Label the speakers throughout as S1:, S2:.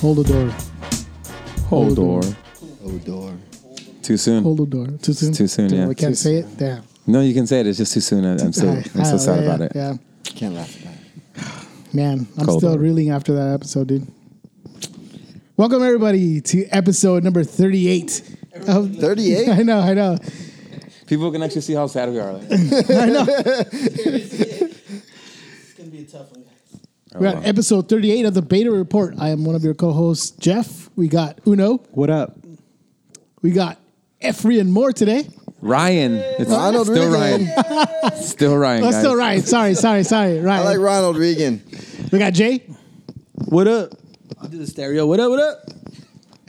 S1: Hold the door.
S2: Hold door.
S3: Oh, door.
S2: Too soon.
S1: Hold the door. Too soon.
S2: Too soon,
S1: Damn,
S2: yeah.
S1: We can't
S2: Too
S1: say it. Damn.
S2: No, you can say it. It's just too soon. I, I'm so
S1: I-
S2: I'm so
S1: I-
S2: sad
S1: Oh, yeah,
S2: about it.
S1: Yeah,
S3: Can't laugh about it.
S1: man, I'm
S2: Cold
S1: still
S2: door.
S1: reeling after that episode, dude. Welcome everybody to episode number 38 of
S3: 38?
S1: I know, I know.
S2: People can actually see how sad we are.
S4: It's gonna be a tough one, guys.
S1: We're
S2: Oh,
S1: at episode 38 of the Beta Report. I am one of your co-hosts, Jeff. We got Uno.
S5: What up?
S1: We got Efri and more today.
S2: Ryan. It's
S3: Ronald
S2: still
S3: Reagan.
S2: Ryan. still Ryan.
S1: Oh,
S2: guys.
S1: still Ryan. Sorry, sorry, sorry. Right.
S3: I like Ronald Reagan.
S1: we got Jay
S5: What up? I'll do the stereo. What up? What up?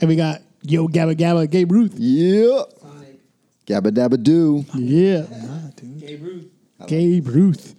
S1: and we got Yo Gabba Gabba Gabe Ruth.
S3: Yeah.
S4: Sonic,
S3: Gabba dabba doo.
S1: Yeah. Nah, dude.
S4: Gabe Ruth.
S1: Gabe Ruth.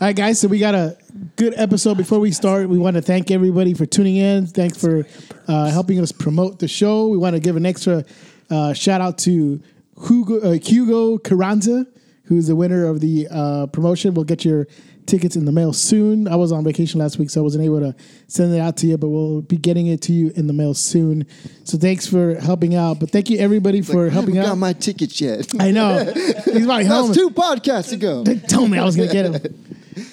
S1: All right, guys. So we got a good episode. Before we start, we want to thank everybody for tuning in. Thanks for uh, helping us promote the show. We want to give an extra uh, shout out to Hugo, uh, Hugo Carranza, who's the winner of the uh, promotion. We'll get your tickets in the mail soon. I was on vacation last week, so I wasn't able to send it out to you, but we'll be getting it to you in the mail soon. So thanks for helping out. But thank you everybody for
S3: I haven't
S1: helping out.
S3: got my tickets yet.
S1: I know. He's probably
S3: That
S1: home.
S3: was two podcasts ago.
S1: They told me I was gonna get him.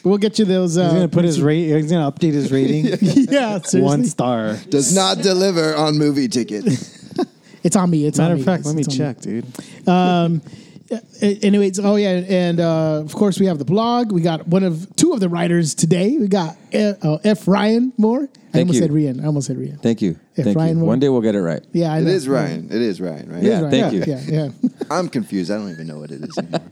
S1: But we'll get you those. Uh,
S5: He's gonna put his rate. He's gonna update his rating.
S1: yeah, seriously.
S5: One star.
S3: Does not deliver on movie tickets.
S1: It's on me. It's
S5: Matter
S1: on
S5: of fact, let
S1: It's-
S5: me
S1: it's on
S5: check, dude.
S1: A- Anyways, oh yeah, and uh, of course we have the blog. We got one of two of the writers today. We got F, uh, F Ryan Moore. I
S2: Thank
S1: almost
S2: you.
S1: said Ryan. I almost said Ryan.
S2: Thank you.
S1: If
S2: Thank
S1: Ryan
S2: you.
S1: will-
S2: One day we'll get it right.
S1: Yeah, I
S3: It
S1: know.
S3: is Ryan. It is Ryan, right?
S2: Yeah.
S1: Ryan.
S2: thank you.
S1: Yeah, yeah. yeah.
S3: I'm confused. I don't even know what it is anymore.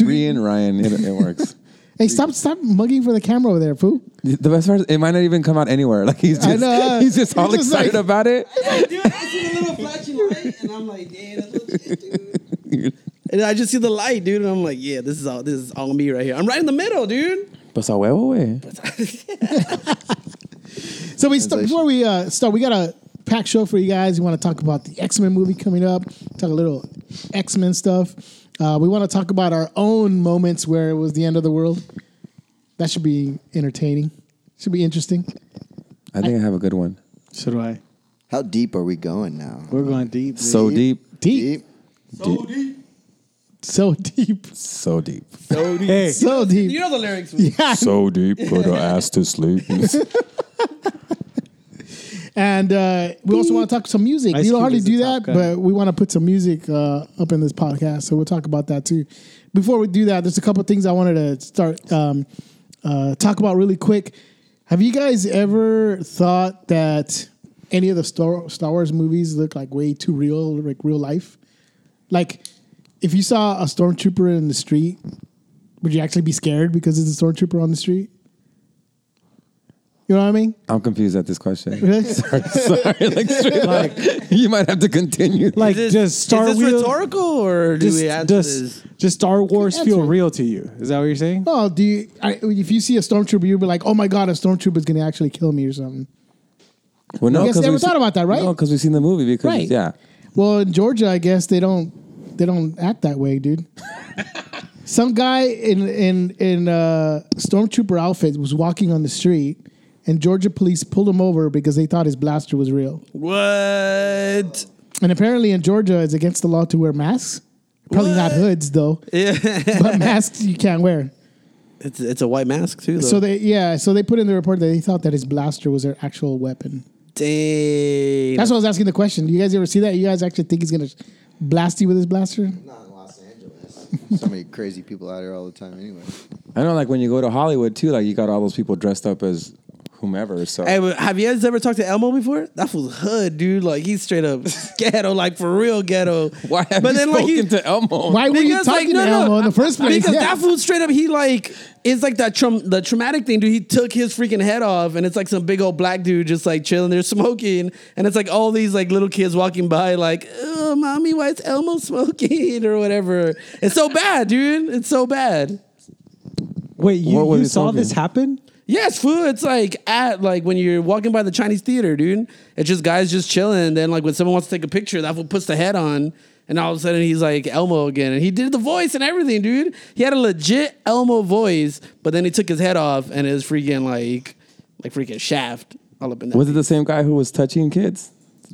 S2: Ryan, Ryan. It, it works.
S1: hey, stop, stop mugging for the camera over there, Pooh.
S2: The best part is it might not even come out anywhere. Like he's
S1: I
S2: just
S1: know.
S2: he's just all
S1: He's just
S2: excited
S1: like-
S2: about it.
S4: Like, dude, I see the little flashing light, and I'm like, yeah, that's legit, dude. And I just see the light, dude, and I'm like, yeah, this is all this is all me right here. I'm right in the middle, dude.
S2: Pues a huevo, güey.
S1: So we start, before we uh, start, we got a packed show for you guys. We want to talk about the X Men movie coming up. Talk a little X Men stuff. Uh, we want to talk about our own moments where it was the end of the world. That should be entertaining. Should be interesting.
S2: I think I have a good one.
S5: So do I.
S3: How deep are we going now?
S5: We're going deep. dude.
S2: So deep,
S1: Deep,
S4: So deep.
S1: so deep,
S2: so deep,
S4: So deep.
S5: hey,
S1: so
S4: You
S1: deep.
S4: know the lyrics.
S1: Yeah.
S2: so deep. Put her ass to sleep.
S1: And uh, we also want to talk some music.
S5: Ice
S1: we don't
S5: Cube
S1: hardly
S5: is the
S1: do
S5: top
S1: that,
S5: guy.
S1: but we want to put some music uh, up in this podcast. So we'll talk about that too. Before we do that, there's a couple things I wanted to start um, uh, talk about really quick. Have you guys ever thought that any of the Star, Star Wars movies look like way too real, like real life? Like, if you saw a stormtrooper in the street, would you actually be scared because it's a stormtrooper on the street? You know what I mean?
S2: I'm confused at this question.
S1: Really?
S2: Sorry, like, straight like you might have to continue.
S5: like
S4: Is this,
S5: just Star
S4: is this
S5: Wheel-
S4: rhetorical or do
S5: Just,
S4: we answer this?
S5: just, just Star Wars
S1: Answer
S5: feel
S1: it.
S5: real to you? Is that what you're saying?
S1: Oh, do you? I, if you see a stormtrooper, you'll be like, "Oh my god, a stormtrooper is gonna actually kill me or something."
S2: Well, no,
S1: You guys
S2: 'cause
S1: never
S2: we've
S1: thought
S2: se-
S1: about that, right?
S2: No, because we've seen the movie. Because
S1: Right.
S2: yeah,
S1: Well, in Georgia, I guess they don't they don't act that way, dude. Some guy in in in uh, stormtrooper outfit was walking on the street, and Georgia police pulled him over because they thought his blaster was real.
S4: What?
S1: And apparently, in Georgia, it's against the law to wear masks. Probably not hoods though,
S4: Yeah.
S1: but masks you can't wear.
S4: It's it's a white mask too. Though.
S1: So they yeah, so they put in the report that they thought that his blaster was their actual weapon.
S4: dang.
S1: That's what I was asking the question. You guys ever see that? You guys actually think he's gonna blast you with his blaster?
S3: Not in Los Angeles. So many crazy people out here all the time anyway.
S2: I know. Like when you go to Hollywood too, like you got all those people dressed up as whomever. So
S4: Hey, but have you guys ever talked to Elmo before? That was hood, dude. Like he's straight up ghetto, like for real ghetto.
S2: why have you
S4: like
S2: spoken to Elmo?
S1: Why were you
S4: Because, like,
S1: talking
S4: no,
S1: to
S4: no,
S1: Elmo in the first place?
S4: Because
S1: Yeah.
S4: that fool straight up, he like it's like that trum- the traumatic thing, dude. He took his freaking head off, and it's like some big old black dude just like chilling there smoking, and it's like all these like little kids walking by, like, "Oh, mommy, why is Elmo smoking?" or whatever. It's so bad, dude. It's so bad.
S5: Wait, you,
S2: What was
S5: you
S2: it
S5: saw
S2: talking?
S5: this happen?
S4: Yes, food. It's like at like when you're walking by the Chinese theater, dude. It's just guys just chilling. And then like when someone wants to take a picture, that fool puts the head on, and all of a sudden he's like Elmo again. And he did the voice and everything, dude. He had a legit Elmo voice, but then he took his head off and it was freaking like like freaking shaft. all up in that.
S2: Was it the same guy who was touching kids?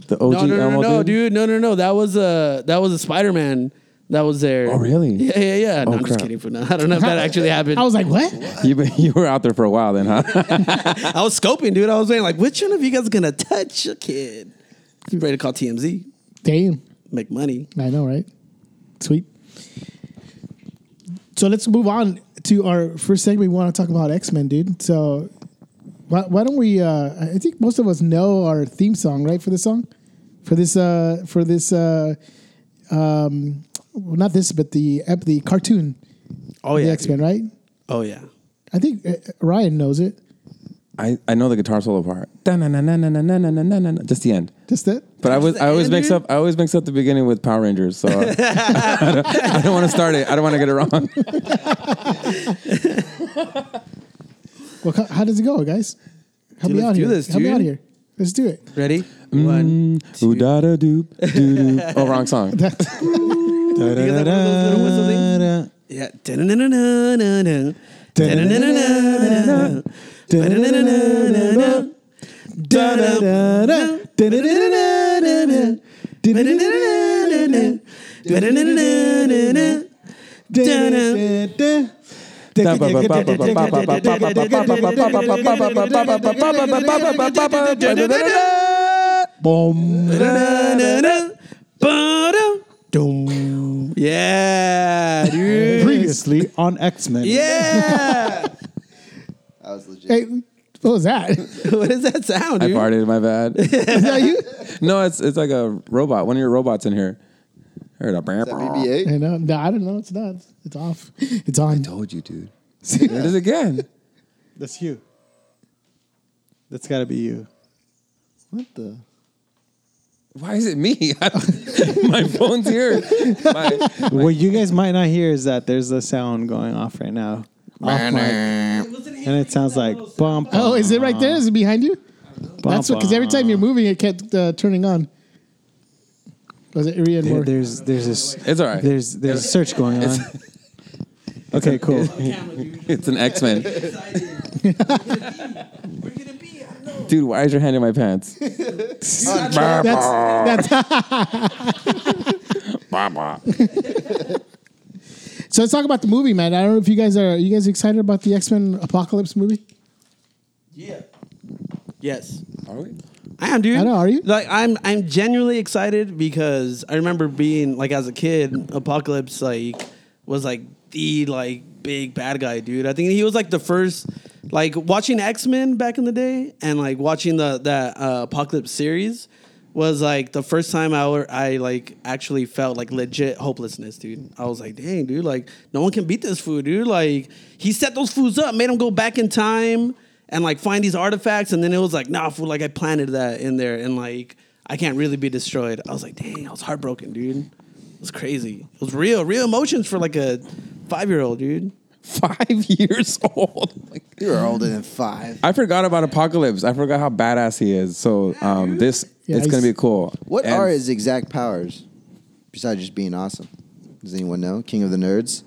S2: The OG
S4: no, no, no, no,
S2: Elmo
S4: no,
S2: dude?
S4: dude, no, no, no. That was a that was a Spider Man that was there.
S2: Oh, really?
S4: Yeah, yeah, yeah. No,
S2: Oh,
S4: I'm just
S2: crap.
S4: kidding. For now, I don't know if that actually happened.
S1: I was like, what?
S2: You, you were out there for a while then, huh?
S4: I was scoping, dude. I was saying, like, which one of you guys is gonna touch a kid? You ready to call TMZ?
S1: Damn.
S4: Make money.
S1: I know, right? Sweet. So let's move on to our first segment. We want to talk about X Men, dude. So why, why don't we? Uh, I think most of us know our theme song, right, for this song, for this, uh, for this, uh, um, well, not this, but the ep- the cartoon,
S4: Oh
S1: the
S4: yeah,
S1: X Men, right?
S4: dude. Oh yeah.
S1: I think uh, Ryan knows it.
S2: I, I know the guitar solo part. Da-na-na-na-na-na-na-na-na-na-na. Just the end.
S1: Just that.
S2: But I was
S4: the
S2: I always
S4: end,
S2: mix
S4: dude?
S2: up I always mix up the beginning with Power Rangers, so I, I don't, want to start it. I don't want to get it wrong.
S1: Well, how, how does it go, guys? Help
S4: Dude,
S1: me
S4: let's
S1: out
S4: do
S1: here.
S4: this,
S1: Help me
S4: dude.
S1: out here. Let's do it.
S4: Ready? One.
S2: Ooh, da da doop doo doo. Oh, wrong song.
S4: You guys have one of those little whistle things? Yeah. Da-na-na-na-na-na. Da-na-na-na-na-na. Da-na-na-na-na-na. Da-da-da-da. Da-da-da-da-da-da. Da-da-da-da-da-da. Da-da-da-da-da-da. Da-da.
S1: Boom.
S4: Da-da-da-da. Ba-da. Dum. Yeah, dude.
S6: Previously on X Men.
S4: Yeah.
S3: I was legit.
S1: Hey, what was that?
S4: What is that sound,
S2: I
S4: dude?
S2: farted. My bad.
S1: Is that you?
S2: No, it's it's like a robot. One of your robots in here. Heard a
S3: Is that BB-8?
S1: I know. No, I don't know. It's not. It's off. It's on.
S2: Told you, dude. There it is again.
S6: That's you. That's gotta be you.
S3: What the?
S2: Why is it me? my phone's here. My,
S6: what you guys might not hear is that there's a sound going off right now. Off mic, and it sounds like bump.
S1: Oh, is it right there? Is it behind you? That's what. Because every time you're moving, it kept uh, turning on. Was it Irian
S6: there,
S1: Moore?
S6: there's there's this
S2: it's all right.
S6: there's there's a search going on. Okay, cool.
S2: It's an X Men. Dude, why is your hand in my pants?
S1: That's that's. so let's talk about the movie, man. I don't know if you guys are. you guys excited about the X Men Apocalypse movie?
S4: Yes.
S2: Are we?
S4: I am, dude.
S1: I know, are you?
S4: Like, I'm, I'm genuinely excited because I remember being like as a kid, Apocalypse like was like the like big bad guy, dude. I think he was like the first, like watching X Men back in the day and like watching the that uh, Apocalypse series was like the first time I were, I like actually felt like legit hopelessness, dude. I was like, dang, dude, like no one can beat this food, dude. Like he set those foods up, made them go back in time and like find these artifacts and then it was like nah fool like i planted that in there and like i can't really be destroyed i was like dang i was heartbroken dude it was crazy it was real real emotions for like a five year old dude
S2: Five years old. Like,
S3: You were older than five.
S2: I forgot about Apocalypse. I forgot how badass he is. So um, this
S1: Yeah,
S2: it's
S1: he's-
S2: gonna be cool.
S3: What
S2: And
S3: are his exact powers besides just being awesome? Does anyone know? King of the Nerds?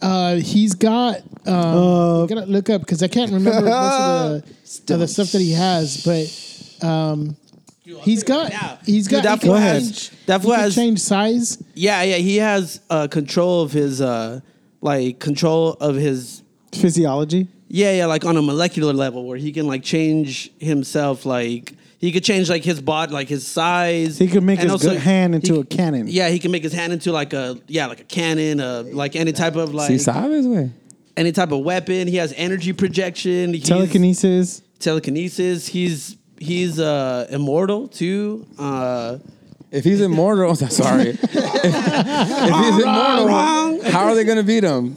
S1: Uh, he's got. Um, I'm gonna look up because I can't remember most of the, of the stuff that he has, but um, he's got. He's got.
S4: Dude, that
S1: he
S4: fool
S1: can
S4: has-
S1: change-
S4: that
S1: he
S4: fool
S1: can
S4: has-
S1: change size.
S4: yeah yeah he has uh control of his uh like control of his
S6: Physiology.
S4: Yeah, yeah, like on a molecular level where he can like change himself. Like he could change like his body, like his size.
S6: He could make
S4: And
S6: his
S4: also,
S6: good hand into
S4: he-
S6: a cannon.
S4: Yeah, he can make his hand into like a yeah, like a cannon, uh, like any type of like
S2: See, sabes, way.
S4: any type of weapon. He has energy projection. He's,
S6: Telekinesis.
S4: Telekinesis. He's he's uh immortal too. Uh
S2: If he's immortal, sorry. if, if he's immortal, how are they gonna beat him?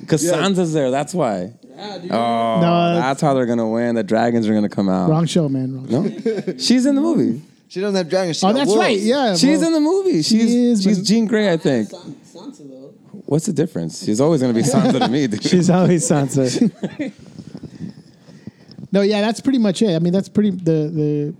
S2: Because Sansa's there. That's why.
S4: Uh,
S2: Oh,
S1: No,
S2: that's how they're gonna win. The dragons are gonna come out.
S1: Wrong show, man. Wrong.
S2: No, she's in the movie.
S3: She doesn't have dragons. She
S1: Oh,
S3: got
S1: that's
S3: wolves.
S1: right. Yeah,
S2: She's
S1: well,
S2: in the movie. She's
S1: is,
S2: she's
S1: but-
S2: Jean Grey, I think.
S4: Sansa though.
S2: What's the difference? She's always gonna be Sansa to me. Dude.
S6: She's always Sansa.
S1: No, yeah, that's pretty much it. I mean, that's pretty the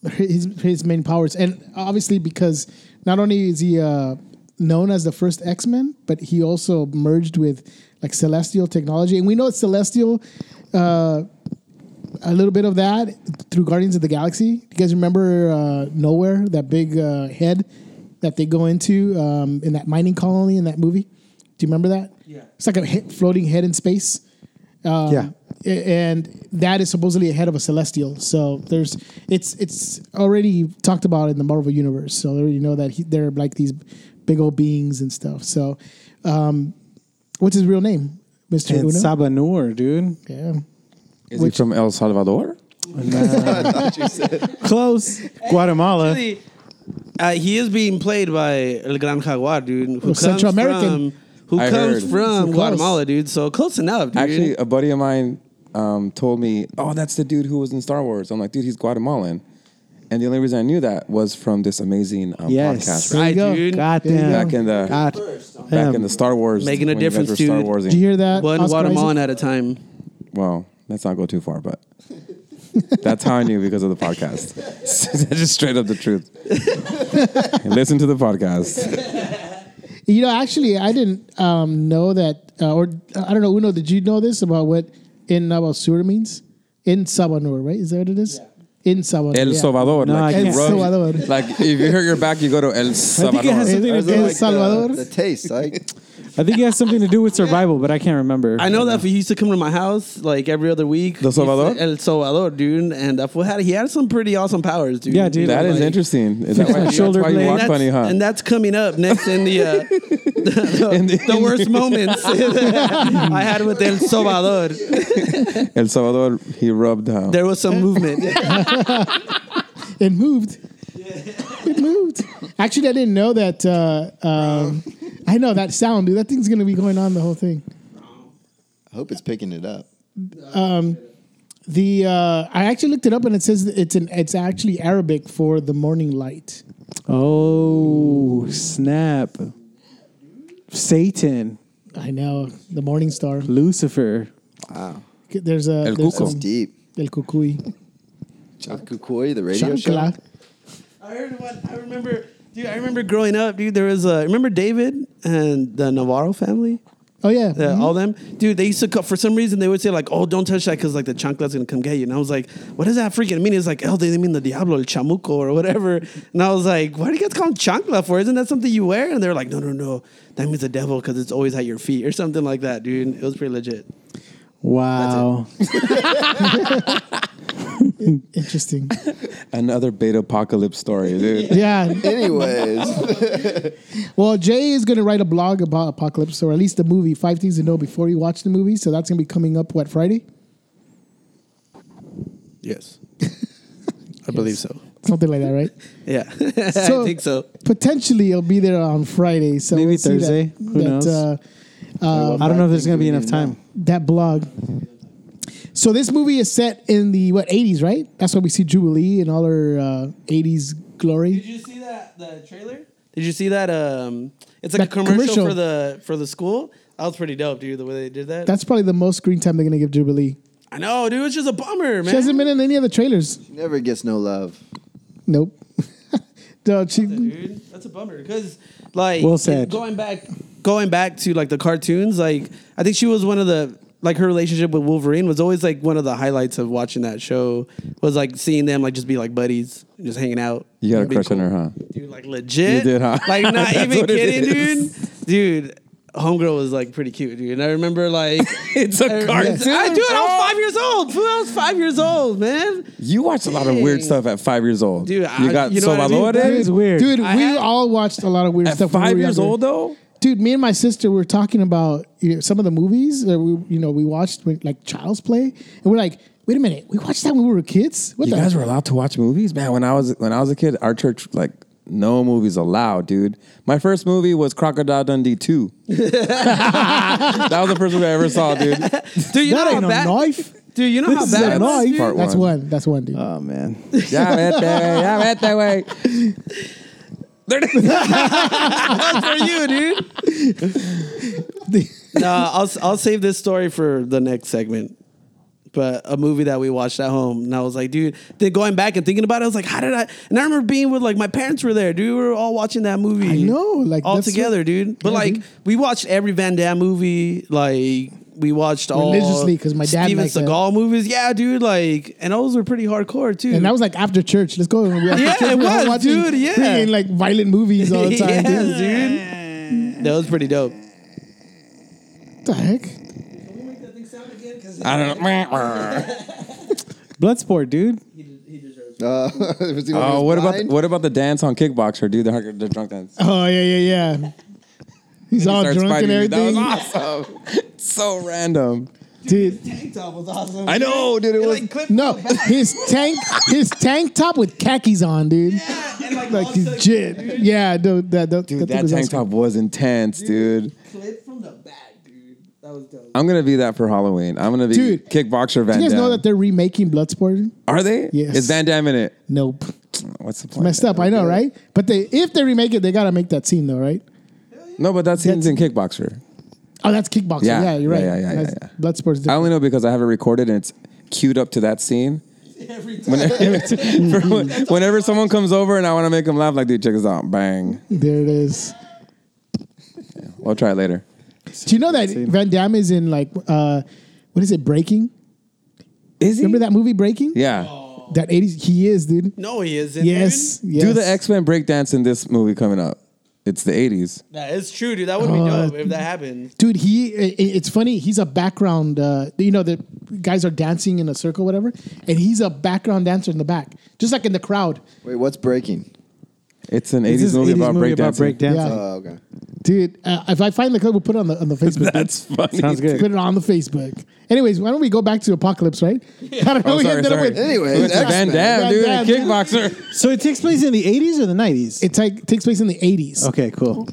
S1: the his his main powers, and obviously because not only is he uh, known as the first X Men, but he also merged with like celestial technology, and we know it's celestial. Uh, a little bit of that through Guardians of the Galaxy. You guys remember uh, Nowhere, that big uh, head that they go into um, in that mining colony in that movie? Do you remember that? Yeah. It's like a he- floating head in space. Um,
S6: Yeah.
S1: a- And that is supposedly a head of a celestial. So there's it's it's already talked about in the Marvel universe. So they already know that he, they're like these big old beings and stuff. So um, what's his real name? Mr.
S6: And
S1: Uno?
S6: Sabanur, dude.
S1: yeah.
S2: Is he from El Salvador?
S6: Close. Guatemala.
S4: Actually, uh, he is being played by El Gran Jaguar, dude. Who
S1: Well, Central American.
S4: From, who
S2: I heard.
S4: comes
S1: So
S4: from
S1: close.
S4: Guatemala, dude? So close enough, dude.
S2: Actually, a buddy of mine um, told me, "Oh, that's the dude who was in Star Wars." I'm like, "Dude, he's Guatemalan," and the only reason I knew that was from this amazing um,
S6: Yes.
S2: podcast
S1: There
S4: Right,
S1: you go.
S4: dude.
S6: God
S1: There you
S6: damn.
S2: back in the
S6: God
S2: back
S6: damn.
S2: in the Star Wars
S4: Making a
S2: when you guys
S4: difference,
S2: were Star
S4: dude.
S2: Wars.
S1: Did you hear that?
S4: One
S1: Oscar
S4: watermelon
S1: Isaac?
S4: at a time.
S2: Well, let's not go too far, but that's how I knew because of the podcast. That's just straight up the truth. Listen to the podcast.
S1: You know, actually, I didn't um, know that, uh, or I don't know, Uno, did you know this about what in about Sur means? In Sabanur, right? Is that what it is? In Sabanur.
S2: El
S1: yeah.
S2: Salvador.
S6: No,
S2: like,
S6: I
S2: you
S1: can't.
S2: rub-
S1: El Salvador.
S2: like if you hurt your back, you go to El Salvador.
S6: has
S1: El,
S6: something to
S1: El
S6: do
S3: Like
S6: with
S3: the-
S1: Salvador.
S3: The, taste, like
S6: I think it has something to do with survival, but I can't remember.
S4: I know that he used to come to my house like every other week.
S2: The Salvador?
S4: El Salvador, dude, and that fool had he had some pretty awesome powers, dude.
S6: Yeah, dude.
S2: that is
S4: Like-
S2: interesting. Is that why,
S6: my
S2: that's
S6: shoulder
S2: why you
S6: blade.
S2: walk
S4: that's-
S2: funny, huh?
S4: And that's coming up next in the uh, the,
S2: In the-
S4: the, worst moments I had with El Salvador.
S2: El Salvador, he rubbed down.
S4: There was some movement.
S1: It moved. it moved. Actually, I didn't know that. Uh, um, I know that sound, dude. That thing's going to be going on the whole thing.
S3: I hope it's picking it up.
S1: The uh, I actually looked it up and it says it's an it's actually Arabic for the morning light.
S6: Oh, snap. Satan,
S1: I know the morning star.
S6: Lucifer.
S1: There's a
S2: El
S1: there's
S2: Cuco.
S1: some-
S3: Deep.
S1: El Cucuy.
S3: Chakukoy, the radio
S1: Chancla.
S3: show.
S4: I heard one. I remember, dude. I remember growing up, dude. There was a remember David and the Navarro family.
S1: Oh yeah.
S4: Yeah, all them, dude. They used to co- for some reason they would say like, "Oh, don't touch that," because like the chancla's gonna come get you. And I was like, "What does that freaking mean?" It's like, "Oh, they they mean the diablo, el chamuco, or whatever." And I was like, "Why do you guys call them chancla for? Isn't that something you wear?" And they're like, "No, no, no, that means the devil because it's always at your feet or something like that, dude." It was pretty legit.
S6: Wow.
S1: Interesting.
S2: Another beta apocalypse story, dude.
S1: yeah.
S3: Anyways,
S1: Well, Jay is going to write a blog about Apocalypse, or at least the movie, Five Things to Know Before You Watch the Movie. So that's going to be coming up, what, Friday?
S4: Yes, I believe so.
S1: Something like that, right?
S4: Yeah,
S1: So-
S4: I think so.
S1: Potentially, it'll be there on Friday. So
S6: Maybe
S1: we'll see
S6: Thursday.
S1: That,
S6: Who
S1: that,
S6: knows?
S1: Uh,
S6: I don't know if there's going to be enough time.
S1: that blog. So this movie is set in the, what, 80s, right? That's why we see Jubilee and all her uh, 80s
S4: Did
S1: glory.
S4: you see that the trailer? Did you see that? Um, it's like
S1: That
S4: a commercial,
S1: commercial.
S4: for the for the school. That was pretty dope, dude. The way they did that.
S1: That's probably the most screen time they're going to give Jubilee.
S4: I know, dude. It's just a bummer, man.
S1: She hasn't been in any of the trailers.
S3: never gets no love.
S1: Nope. no, she,
S4: dude. That's a bummer because, like,
S6: Well said.
S4: Going back, going back to like the cartoons, like I think she was one of the like her relationship with Wolverine was always like one of the highlights of watching that show. Was like seeing them like just be like buddies, just hanging out.
S2: You got a
S4: It'd be
S2: crush on
S4: cool.
S2: her, huh?
S4: dude. Like legit,
S2: You did, huh?
S4: like not
S2: That's
S4: even
S2: what it
S4: kidding, dude.
S2: is.
S4: Dude, homegirl was like pretty cute, dude. And I remember like.
S2: It's
S4: I,
S2: a
S4: I, dude,
S2: cartoon.
S4: I was five years old. fool, I was five years old, man.
S2: You watched a lot of weird
S4: Dang.
S2: stuff at five years old.
S4: Dude, I-
S2: you got
S4: you know what I mean?
S2: Salvador
S6: That is weird.
S1: dude,
S4: I
S1: we
S4: had-
S1: all watched a lot of weird
S2: at
S1: stuff. when we
S2: five
S1: were
S2: years
S1: younger.
S2: old, though.
S1: dude. Me and my sister were talking about you know, some of the movies that we, you know, we watched when- like Child's Play, and we're like, wait a minute, we watched that when we were kids. What
S2: You
S1: the?
S2: guys were allowed to watch movies, man. When I was when I was a kid, our church like no movies allowed, dude. My first movie was Crocodile Dundee two. that was the first movie I ever saw, dude.
S4: Dude, you
S1: that ain't
S4: know how
S1: a
S4: bad,
S1: knife.
S4: dude. You know
S1: This
S4: how
S1: is
S4: bad
S1: a
S4: it was,
S1: knife.
S4: dude?
S2: Part
S1: That's
S2: one.
S1: one. That's one, dude.
S6: Oh, man.
S2: Yeah, that way. Yeah, went that way. There it is.
S4: for you, dude. nah, I'll I'll save this story for the next segment. But a movie that we watched at home, and I was like, dude. Then going back and thinking about it, I was like, how did I? And I remember being with like my parents were there, dude. We were all watching that movie.
S1: I know, like,
S4: all
S1: that's
S4: together, dude. But
S1: Yeah,
S4: like
S1: dude.
S4: we watched every Van Damme movie, like we watched all
S1: Religiously, 'cause my dad
S4: Steven
S1: liked that.
S4: Seagal movies. Yeah, dude, like and those were pretty hardcore too.
S1: And that was like after church. Let's go. We- after
S4: Yeah,
S1: church,
S4: it
S1: we were
S4: was,
S1: watching
S4: dude, yeah.
S1: freaking, like violent movies all the time,
S4: Yes,
S1: dude.
S4: dude. That was pretty dope.
S1: What the heck?
S2: I don't know.
S6: Bloodsport, dude.
S3: Uh, was he one of
S2: Oh,
S3: those
S2: what about the,
S3: blind?
S2: what about the dance on Kickboxer, dude? The, the drunk dance.
S1: Oh yeah, yeah, yeah. He's all
S2: Starts
S1: Oh, drunk
S2: fighting
S1: and
S2: you. That
S1: everything.
S2: was awesome. so random.
S1: Dude,
S2: I know, dude. It was
S1: no, his tank, his tank top with khakis on, dude.
S4: And like,
S1: Like legit. Yeah, dude, that, that,
S2: dude.
S1: that
S2: That
S1: was
S2: tank
S1: awesome.
S2: top was intense, dude.
S4: clip from the back, dude. That was dope.
S2: I'm gonna be that for Halloween. I'm gonna be
S1: Dude,
S2: Kickboxer Van
S1: Do you guys
S2: Damme.
S1: know that they're remaking Bloodsport?
S2: Are they?
S1: Yes.
S2: Is Van Damme in it?
S1: Nope,
S2: What's the point?
S1: messed up. I know, right? But they, if they remake it, they gotta make that scene though, right?
S2: No, but that scene's in Kickboxer.
S1: Oh, that's kickboxing. Yeah,
S2: Yeah,
S1: you're right.
S2: yeah, yeah, yeah,
S1: That's-
S2: yeah.
S1: Bloodsport's
S2: I
S1: different.
S2: only know because I have it recorded and it's queued up to that scene. Whenever, whenever someone comes over and I want to make them laugh, like, dude, check this out, bang.
S1: There it is.
S2: We'll try it later.
S1: Do you know that Van Damme is in like uh, what is it? Breaking.
S2: Is he?
S1: Remember that movie Breaking?
S2: Yeah.
S1: That 80s. He is, dude.
S4: No, he isn't.
S1: Yes. yes.
S2: Do the X Men breakdance in this movie coming up? It's the 80s.
S4: dude. that is true, dude. That would be
S1: Uh,
S4: dope if that happened.
S1: dude he i- i- it's funny he's a background uh, you know the guys are dancing in a circle whatever and he's a background dancer in the back just like in the crowd
S3: Wait, what's breaking?
S2: It's an 80s
S6: This is
S2: movie
S6: 80s
S2: about
S6: movie about
S2: breakdancing.
S6: breakdancing.
S1: Yeah.
S3: Oh, okay.
S1: dude uh, if i find the clip we'll put it on the on the facebook
S2: That's funny.
S6: Sounds
S1: dude.
S6: good.
S1: put it on the facebook anyways why don't we go back to apocalypse right i don't know
S2: Oh,
S1: we
S2: sorry,
S1: ended up
S2: sorry.
S1: with
S3: Anyway,
S2: It's
S3: X-Men.
S2: Van Damme,
S1: Van
S2: dude,
S1: Damme,
S2: and
S1: dude.
S2: kickboxer.
S6: So it takes place in the 80s or the 90s?
S1: it ta- takes place in the 80s
S2: Oh.
S6: okay, cool.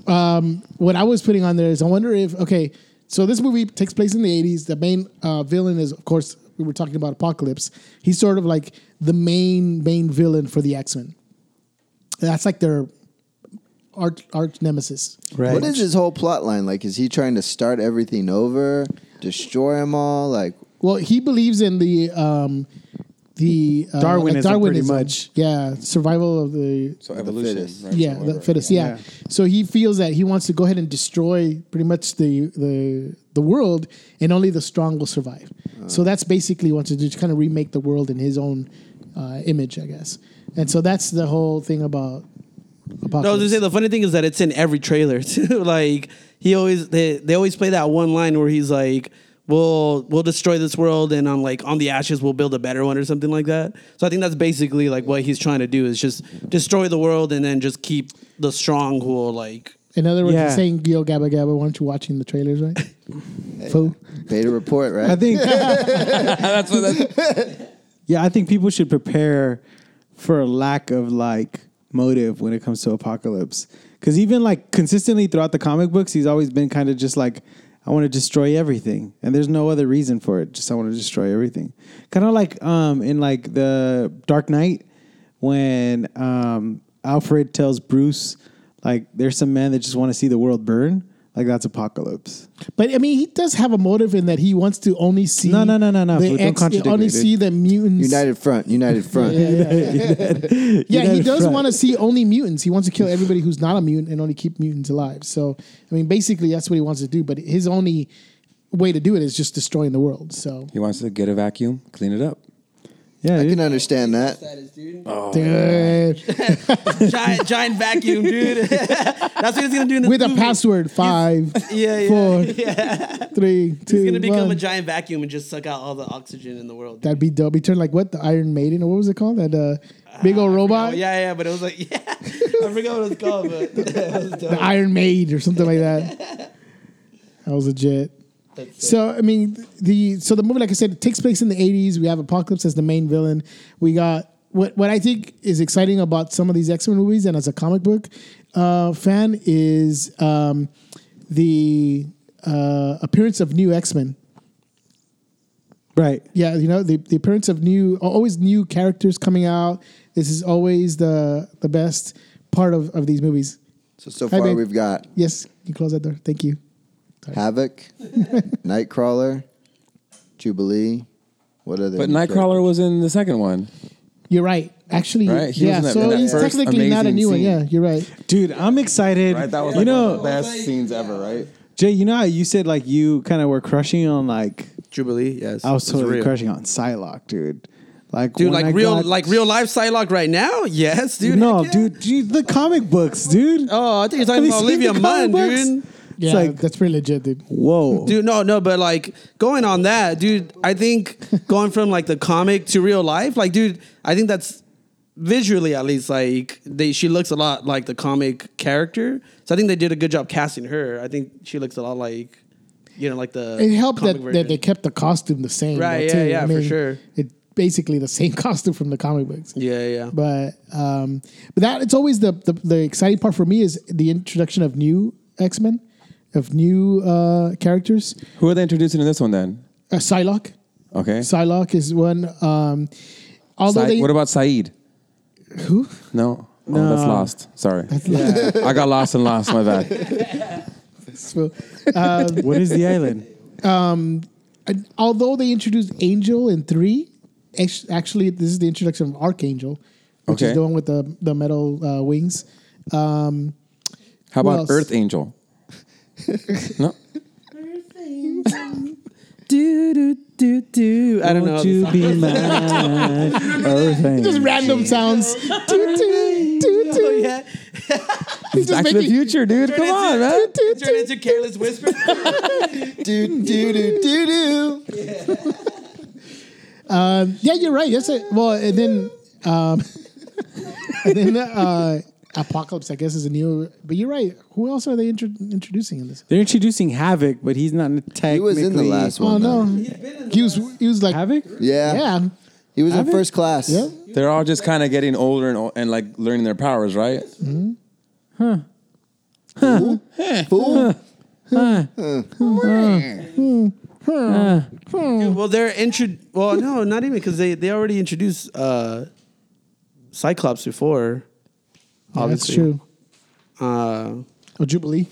S1: what I was putting on there is I wonder if okay, so this movie takes place in the '80s. The main uh, villain is, of course, we were talking about Apocalypse. He's sort of like the main main villain for the X Men. That's like their arch arch nemesis.
S6: Right.
S3: What is his whole plot line? Like, is he trying to start everything over, destroy them all? Like,
S1: Well, he believes in the um, the uh,
S6: Darwinism,
S1: Darwinism.
S6: pretty much.
S1: Yeah, survival of the
S2: So
S3: fittest.
S2: evolution. right?
S1: yeah,
S2: Somewhere,
S1: the fittest. Yeah.
S6: Yeah.
S1: So he feels that he wants to go ahead and destroy pretty much the the the world, and only the strong will survive.
S6: Uh.
S1: so that's basically what to do to kind of remake the world in his own uh, image, I guess. And so that's the whole thing about.
S4: No, I was
S1: Apocalypse.
S4: gonna say the funny thing is that it's in every trailer too. like he always they, they always play that one line where he's like, "We'll we'll destroy this world, and on like on the ashes we'll build a better one" or something like that. So I think that's basically like what he's trying to do is just destroy the world and then just keep the strong who will like.
S1: in other words,
S6: Yeah.
S1: he's saying Gil Gabba Gabba. Why aren't you watching the trailers, right? Fool.
S3: beta report, right?
S6: I think,
S2: That's what that's,
S6: yeah, I think people should prepare for a lack of like motive when it comes to Apocalypse. Because even like consistently throughout the comic books, he's always been kind of just like, I want to destroy everything. And there's no other reason for it. Just I want to destroy everything. Kind of like um in like the Dark Knight when um Alfred tells Bruce, like, there's some men that just want to see the world burn. Like that's apocalypse.
S1: But I mean, he does have a motive in that he wants to only see
S6: No, no, no, no, no.
S1: the
S6: Don't
S1: ex-
S6: contradict me,
S1: only
S6: dude.
S1: see the mutants.
S3: United Front, United Front.
S1: Yeah, he
S6: United
S1: does
S6: Front.
S1: want to see only mutants. He wants to kill everybody who's not a mutant and only keep mutants alive. So, I mean, basically, that's what he wants to do. But his only way to do it is just destroying the world. So,
S2: he wants to get a vacuum, clean it up.
S6: Yeah,
S3: I
S6: dude.
S3: can understand that.
S1: Dude.
S4: giant giant vacuum, dude. that's what he's gonna do in this
S1: with a
S4: movie.
S1: password five,
S4: Yeah, yeah,
S1: four, three, two,
S4: He's gonna become a
S1: one.
S4: giant vacuum and just suck out all the oxygen in the world. dude.
S1: That'd be dope. He turned like what the Iron Maiden or what was it called? That uh, big old
S4: Oh,
S1: robot,
S4: yeah, yeah, but it was like, yeah, I forgot what it's called, but that was dope.
S1: the Iron Maid or something like that. That was legit. So I mean the so the movie, like I said, it takes place in the '80s. We have Apocalypse as the main villain. We got what what I think is exciting about some of these X Men movies, and as a comic book uh, fan, is um, the uh, appearance of new X Men.
S6: right.
S1: Yeah, you know the, the appearance of new, always new characters coming out. This is always the the best part of, of these movies.
S3: So so
S1: Hi,
S3: far
S1: babe.
S3: we've got
S1: Yes, you close that door. Thank you.
S3: Havoc, Nightcrawler, Jubilee. What other?
S2: But Nightcrawler was in the second one.
S1: You're right. Actually,
S2: Right, he was
S1: yeah.
S2: in that-
S1: so
S2: in that
S1: he's
S2: first
S1: technically not a
S2: amazing
S1: new one.
S2: scene.
S1: Yeah, you're right.
S6: Dude, I'm excited.
S2: Right, that was
S6: you
S2: like
S6: know
S2: one of the best scenes ever, right?
S6: Jay, you know how you said like you kind of were crushing on like
S4: Jubilee, yes.
S6: I was
S4: it's
S6: totally
S4: real.
S6: crushing on Psylocke, dude. Like
S4: Dude,
S6: when
S4: like
S6: I
S4: real,
S6: got-
S4: like real life Psylocke right now? Yes, dude.
S6: no,
S4: heck yeah.
S6: dude, dude, the comic books, dude.
S4: Oh, I think you're
S6: Have
S4: talking
S6: you
S4: about
S6: seen the
S4: Olivia Munn,
S6: comic books?
S4: dude.
S6: It's
S1: Yeah,
S6: like
S1: that's pretty legit, dude.
S6: whoa,
S4: Dude, no, no, but like going on that, dude, I think going from like the comic to real life, like, dude, I think that's visually at least like they she looks a lot like the comic character. So I think they did a good job casting her. I think she looks a lot like you know, like the
S1: It helped that,
S4: comic
S1: that they
S4: version.
S1: kept the costume the same. though,
S4: Right, yeah,
S1: too.
S4: yeah,
S1: I
S4: for
S1: mean,
S4: sure.
S1: It basically the same costume from the comic books.
S4: Yeah, yeah.
S1: But um, but that it's always the, the the exciting part for me is the introduction of new X Men, of new uh, characters.
S2: Who are they introducing in this one then?
S1: Uh, Psylocke,
S2: Okay.
S1: Psylocke is one. Um, although
S2: Sa-
S1: they,
S2: what about Saeed?
S1: who?
S2: No. Oh, that's lost. Sorry.
S6: Yeah.
S2: I got lost and lost. My bad.
S1: So,
S6: what is the island?
S1: and although they introduced Angel in three, act- actually this is the introduction of Archangel, which
S2: Okay.
S1: is the one with the the metal uh, wings. Um,
S2: How
S1: Who
S2: about
S1: else?
S2: Earth Angel? no.
S4: Do do do do. I don't know.
S6: Won't you be mine?
S1: just
S6: Everything.
S1: random sounds. Toot, toot, toot,
S4: Oh,
S1: toot.
S4: yeah.
S1: He's just
S2: Back to the
S1: making-
S2: future, dude. Come on, man.
S1: toot,
S4: Turn
S1: toot.
S4: into careless whisper.
S3: Do do do do do.
S1: Um, yeah, you're right. Yes, it, well, and then, um, and then uh, Apocalypse, I guess, is a new. But you're right. Who else are they intro- introducing in this?
S6: They're introducing Havoc, but he's not technically.
S3: He was in the last
S1: Oh
S3: one.
S1: no,
S3: though.
S1: he was he was like
S6: Havoc.
S3: Yeah.
S1: yeah.
S3: He was in first class.
S1: Yeah.
S2: They're all just kind of getting older and, ol- and like learning their powers, right?
S3: Fool.
S4: Dude, well, they're intro. Well, no, not even because they they already introduced uh, Cyclops before.
S1: Yeah, that's
S4: Obviously.
S1: true.
S4: Uh,
S1: Oh, Jubilee.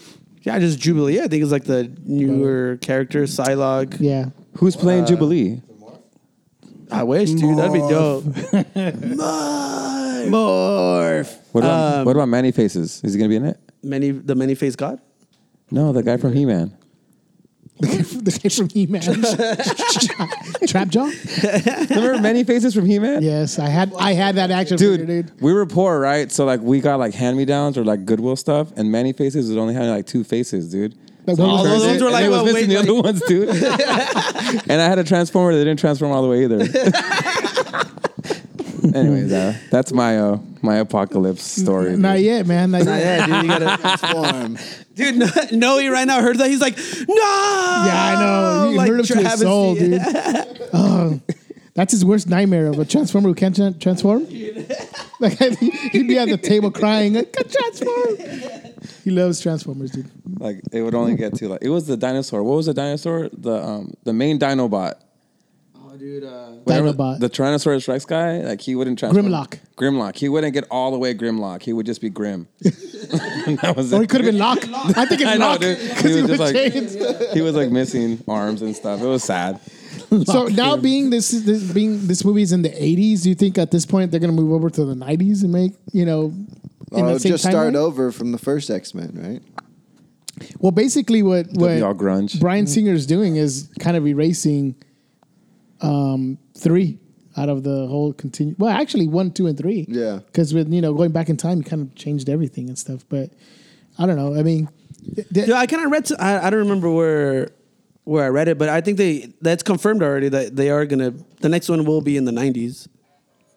S4: yeah, just Jubilee. I think it's like the newer character Psylocke.
S1: Yeah.
S2: Who's playing Jubilee?
S4: I wish, dude. That'd be dope.
S6: Morph.
S2: What about, what about Manny Faces? Is he gonna be in it?
S4: Many the many faced god.
S2: No, the guy from He Man.
S1: The guy from, the guy from He-Man. Trap Jaw?
S2: Remember Many Faces from He Man?
S1: Yes, I had I had that action
S2: Dude,
S1: figure, dude.
S2: we were poor, right? So like we got like hand me downs or like Goodwill stuff, and Manny Faces was only having like two faces, dude.
S1: Like,
S2: So
S1: what
S2: I
S1: was
S2: turned
S4: those
S2: it,
S4: ones were
S2: and
S4: like,
S2: it was
S4: well,
S2: missing
S4: wait,
S2: the other
S4: like-
S2: ones, dude. and I had a transformer that didn't transform all the way either. Anyways, uh, that's my uh, my apocalypse story. dude.
S1: Not yet, man. Not
S3: Yeah,
S1: yet.
S3: dude, you gotta transform.
S4: Dude, no, Noe right now heard that. He's like,
S1: Yeah,
S4: no.
S1: I
S2: Oh,
S1: know. You
S4: Like
S1: hurt him to his
S4: travesty.
S1: soul, dude. Oh, that's his worst nightmare of a transformer who can't tran- transform. Like he'd be at the table crying, like, "Can't transform." He loves transformers, dude.
S2: Like it would only get to like it was the dinosaur. What was the dinosaur? The um the main Dinobot.
S4: Oh, dude. Uh,
S2: Whatever-
S1: Dinobot.
S2: The Tyrannosaurus Rex guy. Like he wouldn't transform.
S1: Grimlock.
S2: Grimlock. He wouldn't get all the way Grimlock. He would just be Grim. that was
S1: Or he
S2: it.
S1: could have been Locke. I think
S2: I
S1: it's
S2: know,
S1: Locke
S2: dude.
S1: because
S2: He
S1: he
S2: was
S1: was
S2: just like-
S1: changed.
S2: he was like missing arms and stuff. It was sad.
S1: So now, being this, this being this movie is in the '80s, do you think at this point they're gonna move over to the '90s and make you know? In
S3: Or
S1: that same
S3: Oh, just start
S1: timeline?
S3: over from the first X Men, right?
S1: Well, basically, what
S2: be
S1: what
S2: all grunge.
S1: Brian Singer's doing is kind of erasing um, three out of the whole continue. Well, actually, one, two, and three.
S3: Yeah.
S1: because with you know going back in time, you kind of changed everything and stuff. But I don't know. I mean, th- th-
S4: Dude, I kind of read. s- I, I don't remember where where I read it, but I think they that's confirmed already that they are gonna. The next one will be in the nineties.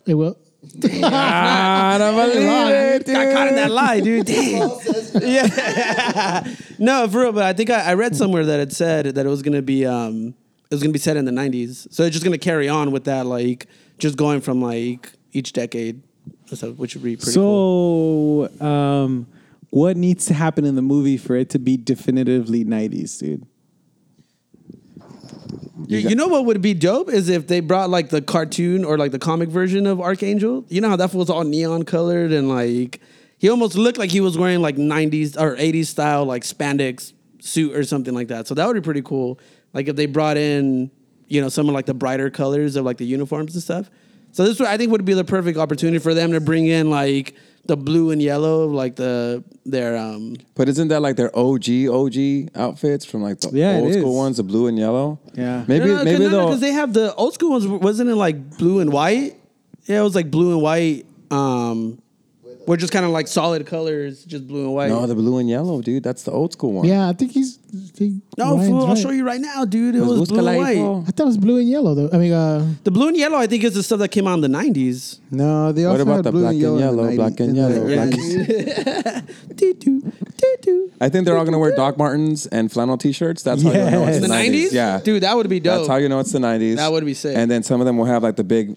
S1: it will.
S2: I don't believe it, dude.
S4: Got caught in that lie, dude. Dang. yeah. no, for real. But I think I, I read somewhere that it said that it was gonna be um it was gonna be set in the nineties. So it's just gonna carry on with that, like just going from like each decade, and stuff, which would be pretty cool.
S6: So, um, what needs to happen in the movie for it to be definitively '90s, dude?
S4: You, you know what would be dope is if they brought like the cartoon or like the comic version of Archangel. You know how that was all neon colored and like he almost looked like he was wearing like 90s or 80s style like spandex suit or something like that. So that would be pretty cool. Like if they brought in, you know, some of like the brighter colors of like the uniforms and stuff. So this would, I think would be the perfect opportunity for them to bring in like the blue and yellow of like the their um
S2: But isn't that like their OG OG outfits from like the
S6: Yeah, it
S2: old school
S6: is.
S2: ones, the blue and yellow?
S6: Yeah.
S2: maybe
S4: No, no,
S2: maybe
S4: no, no, because
S2: they'll.
S4: they have the old school ones. Wasn't it like blue and white? Yeah, it was like blue and white. Um, we're just kind of like solid colors, just blue and white.
S2: No, the blue and yellow, dude. That's the old school one.
S1: Yeah, I think he's. I think
S4: No,
S1: Ryan's
S4: fool, I'll
S1: right.
S4: show you right now, dude. It
S2: Pues
S4: was blue and
S2: búscala ahí,
S4: white.
S2: fool.
S1: I thought it was blue and yellow though. I mean, uh,
S4: The blue and yellow, I think, is the stuff that came out in the '90s.
S6: No, they
S2: What
S6: also
S2: about
S6: had
S2: the
S6: blue
S2: black
S6: and
S2: and
S6: yellow, in the
S2: yellow,
S6: 90s,
S2: black and
S6: in the
S2: yellow, black and-
S6: 90s.
S4: Doo-doo, doo-doo.
S2: I think they're all gonna wear Doc Martens and flannel T-shirts. That's how you know it's
S6: Yes.
S4: The '90s,
S2: Yeah,
S4: dude, that would be dope.
S2: That's how you know it's the '90s.
S4: That would be sick.
S2: And then some of them will have like the big.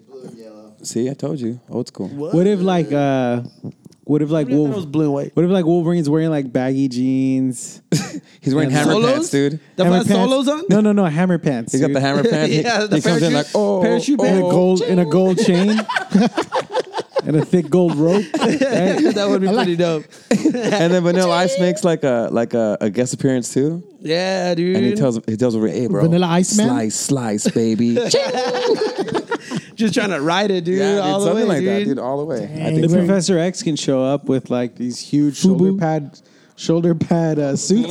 S2: See, I told you, old school.
S6: What if like uh, what if like
S4: I thought it was
S6: Wolver-
S4: blue and white.
S6: what if like Wolverine's wearing like baggy jeans?
S2: He's wearing
S6: Yeah,
S2: hammer
S4: Solos?
S2: pants, dude.
S4: The
S6: hammer
S4: flat
S6: pants?
S4: solos on?
S6: No, no, no, hammer pants.
S2: He's got the
S6: dude.
S2: hammer pants. He-
S4: Yeah,
S2: he,
S4: the
S2: comes in
S4: parachute-
S2: like, oh,
S4: parachute
S2: oh,
S6: and a gold and a gold chain and a thick gold rope. right?
S4: that would be pretty dope.
S2: and then Vanilla Ice makes like a like a, a guest appearance too,
S4: Yeah, dude.
S2: and he tells he tells over, hey bro,
S1: Vanilla Ice Man?
S2: slice, slice, baby, yeah,
S4: just trying to ride it, dude.
S2: dude,
S4: all the
S2: something
S4: way,
S2: like that,
S4: dude.
S2: dude, all the way. I
S6: The
S2: think so.
S6: Professor X can show up with like these huge shoulder
S1: Fubu.
S6: pad shoulder pad uh, suits.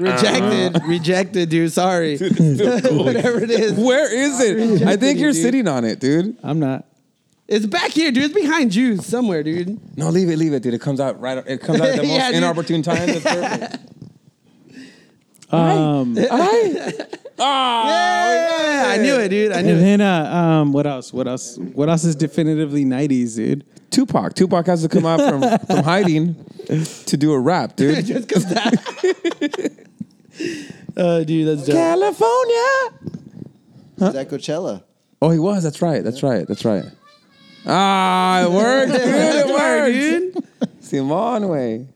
S4: Rejected, rejected, dude. Sorry, whatever it is,
S2: Where is it? I think
S4: it,
S2: you're
S4: dude.
S2: sitting on it, dude.
S6: I'm not.
S4: it's back here, dude. It's behind you somewhere, dude.
S2: No, leave it, leave it, dude. It comes out right. It comes out at the most
S4: Yeah, dude.
S2: inopportune time. It's perfect.
S6: Um,
S4: Oh,
S2: Ah.
S4: Yeah, I knew it, dude. I knew
S6: and
S4: it.
S6: then uh, um, what else? What else? What else is definitively '90s, dude?
S2: Tupac. Tupac has to come out from, from hiding to do a rap, dude.
S4: Just cause that. Uh, dude, that's dope.
S2: California.
S3: Is that Coachella?
S2: Oh, he was. That's right. That's right. That's right. Ah, it worked, dude. It worked.
S4: dude.
S2: Simone way.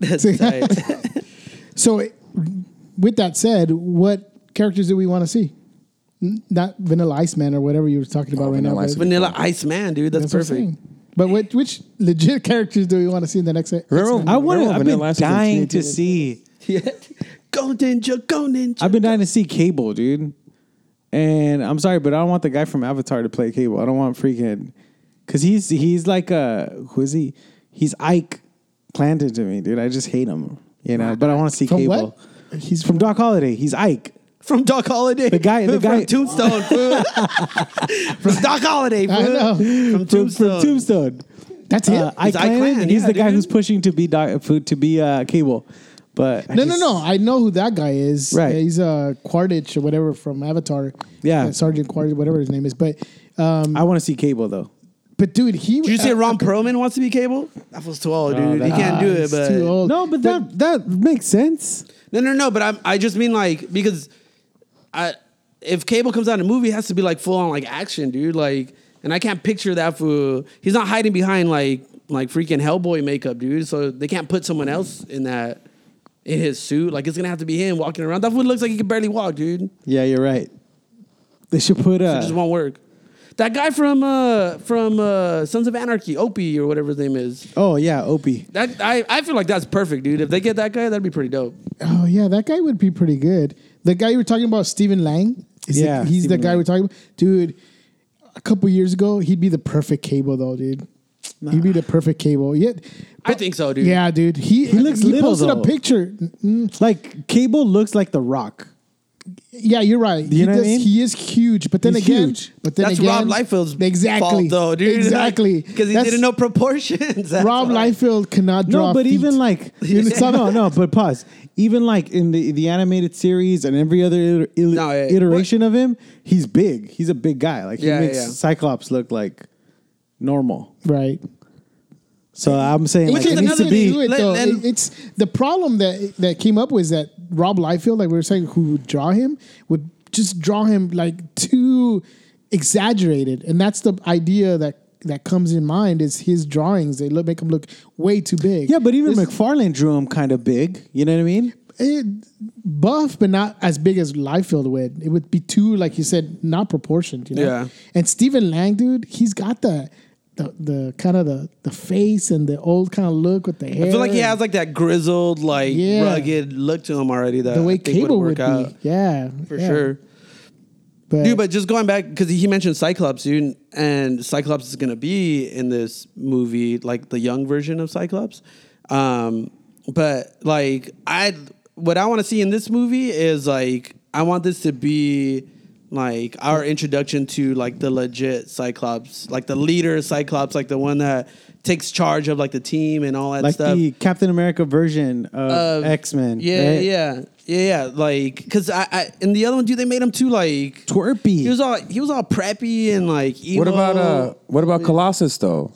S4: That's tight.
S1: so it- with that said, what characters do we want to see? N- Not Vanilla Iceman or whatever you were talking about right
S2: Vanilla
S1: now. but
S2: Ice-
S4: Vanilla Ice Man, dude. That's,
S1: that's what I'm
S4: perfect.
S1: saying. But what, which legit characters do we want to see in the next?
S2: Remember,
S6: I want. I've been
S2: Vanilla Ice was in
S6: dying to
S2: Teenage
S6: see.
S4: Yeah. Go ninja, go ninja.
S6: I've been dying to see Cable, dude. And I'm sorry, but I don't want the guy from Avatar to play Cable. I don't want freaking because he's he's like uh who is he? He's Ike planted to me, dude. I just hate him, you know. But I want to see
S1: From
S6: Cable.
S1: what?
S6: He's from Doc Holiday. He's Ike.
S4: from Doc Holiday.
S6: The guy- the
S4: From
S6: guy-
S4: Tombstone, fool. from Doc Holiday, fool.
S1: I know.
S4: From
S6: From,
S4: Tombstone.
S6: from Tombstone.
S1: That's
S6: Uh,
S1: it.
S6: Ike
S4: He's Ike
S6: Clanton,
S4: Clan,
S6: he's
S4: yeah,
S6: the guy
S4: dude.
S6: who's pushing to be doc, to be uh, Cable. But I
S1: No,
S6: just-
S1: no, no. I know who that guy is.
S6: Right.
S1: Yeah, he's uh, Quaritch or whatever from Avatar. Uh,
S6: Yeah.
S1: Sergeant Quaritch, whatever his name is. But, um,
S6: I want to see Cable though.
S1: but dude, he.
S4: Did you see
S1: uh,
S4: Ron Perlman wants to be Cable? That was too old, dude. he
S6: that-
S4: can't do it.
S1: he's
S4: But
S1: too old.
S6: No, but that that makes sense.
S4: no, no, no. But I'm, I just mean like because I if Cable comes out in a movie, it has to be like full on like action, dude. Like, and I can't picture that fool. He's not hiding behind like like freaking Hellboy makeup, dude. So they can't put someone else in that in his suit. Like it's gonna have to be him walking around. That fool looks like he can barely walk, dude.
S6: Yeah, you're right. They should put
S4: It
S6: uh,
S4: just won't work. That guy from uh from uh Sons of Anarchy, Opie or whatever his name is.
S6: Oh yeah, Opie.
S4: That I, I feel like that's perfect, dude. If they get that guy, that'd be pretty dope.
S1: Oh yeah, that guy would be pretty good. The guy you were talking about, Stephen Lang. Is the-
S6: Yeah,
S1: he's
S6: Stephen
S1: the guy
S6: Lang.
S1: we're talking about, dude. A couple years ago, he'd be the perfect cable though, dude. He'd be the perfect cable. Yet,
S4: I think so, dude.
S1: yeah, dude. He he
S6: looks
S1: He
S6: little,
S1: posted
S6: though.
S1: a picture. Mm,
S6: Like Cable looks like The Rock.
S1: Yeah, you're right.
S6: You
S1: he
S6: know what I mean?
S1: He is huge, but then
S6: He's
S1: again,
S6: huge.
S1: but then
S4: that's
S1: again,
S4: Rob Liefeld's
S1: exactly
S4: fault, though, dude.
S1: Exactly,
S4: because he
S1: That's-
S4: didn't know proportions. That's
S1: Rob
S4: why.
S1: Liefeld cannot draw.
S6: No, but even
S1: feet.
S6: like no, no, but pause. Even like in the the animated series and every other iter- il-
S4: No, yeah,
S6: iteration of him, he's big. He's a big guy. Like he
S4: Yeah,
S6: makes
S4: yeah.
S6: Cyclops look like normal.
S1: right.
S6: So I'm saying
S4: Which
S6: like,
S4: is
S6: it needs
S4: another
S6: to
S1: Doesn't
S4: thing
S6: be.
S1: do it,
S4: Let-
S1: though.
S4: let-
S1: It- it's the problem that that came up was that Rob Liefeld, like we were saying, who would draw him would just draw him like too exaggerated, and that's the idea that that comes in mind is his drawings. They look make him look way too big.
S6: Yeah, but even
S1: This-
S6: McFarlane drew him kind of big. You know what I mean?
S1: it, Eh, buff, but not as big as Liefeld would. It would be too, like you said, not proportioned. You know?
S4: Yeah.
S1: And Stephen Lang, dude, he's got the. The, the kind of the, the face and the old kind of look with the hair.
S4: I feel like he
S1: and-
S4: has like that grizzled, like
S1: Yeah.
S4: rugged look to him already. That
S1: the way
S4: I think
S1: cable
S4: would
S1: would,
S4: work out
S1: be. Yeah,
S4: for
S1: yeah.
S4: sure.
S1: But,
S4: Dude, but just going back because he mentioned Cyclops, dude, and Cyclops is gonna be in this movie, like the young version of Cyclops. Um, but like I, what I want to see in this movie is like I want this to be like our introduction to like the legit Cyclops, like the leader Cyclops, like the one that takes charge of like the team and all that
S6: like
S4: stuff.
S6: the Captain America version of
S4: Of-
S6: X Men.
S4: Yeah, yeah, yeah, yeah. Like, cause I, I and the other one, dude, they made him too like
S6: Twerpy.
S4: He was all he was all preppy and like evil.
S2: What about uh, what about Colossus though?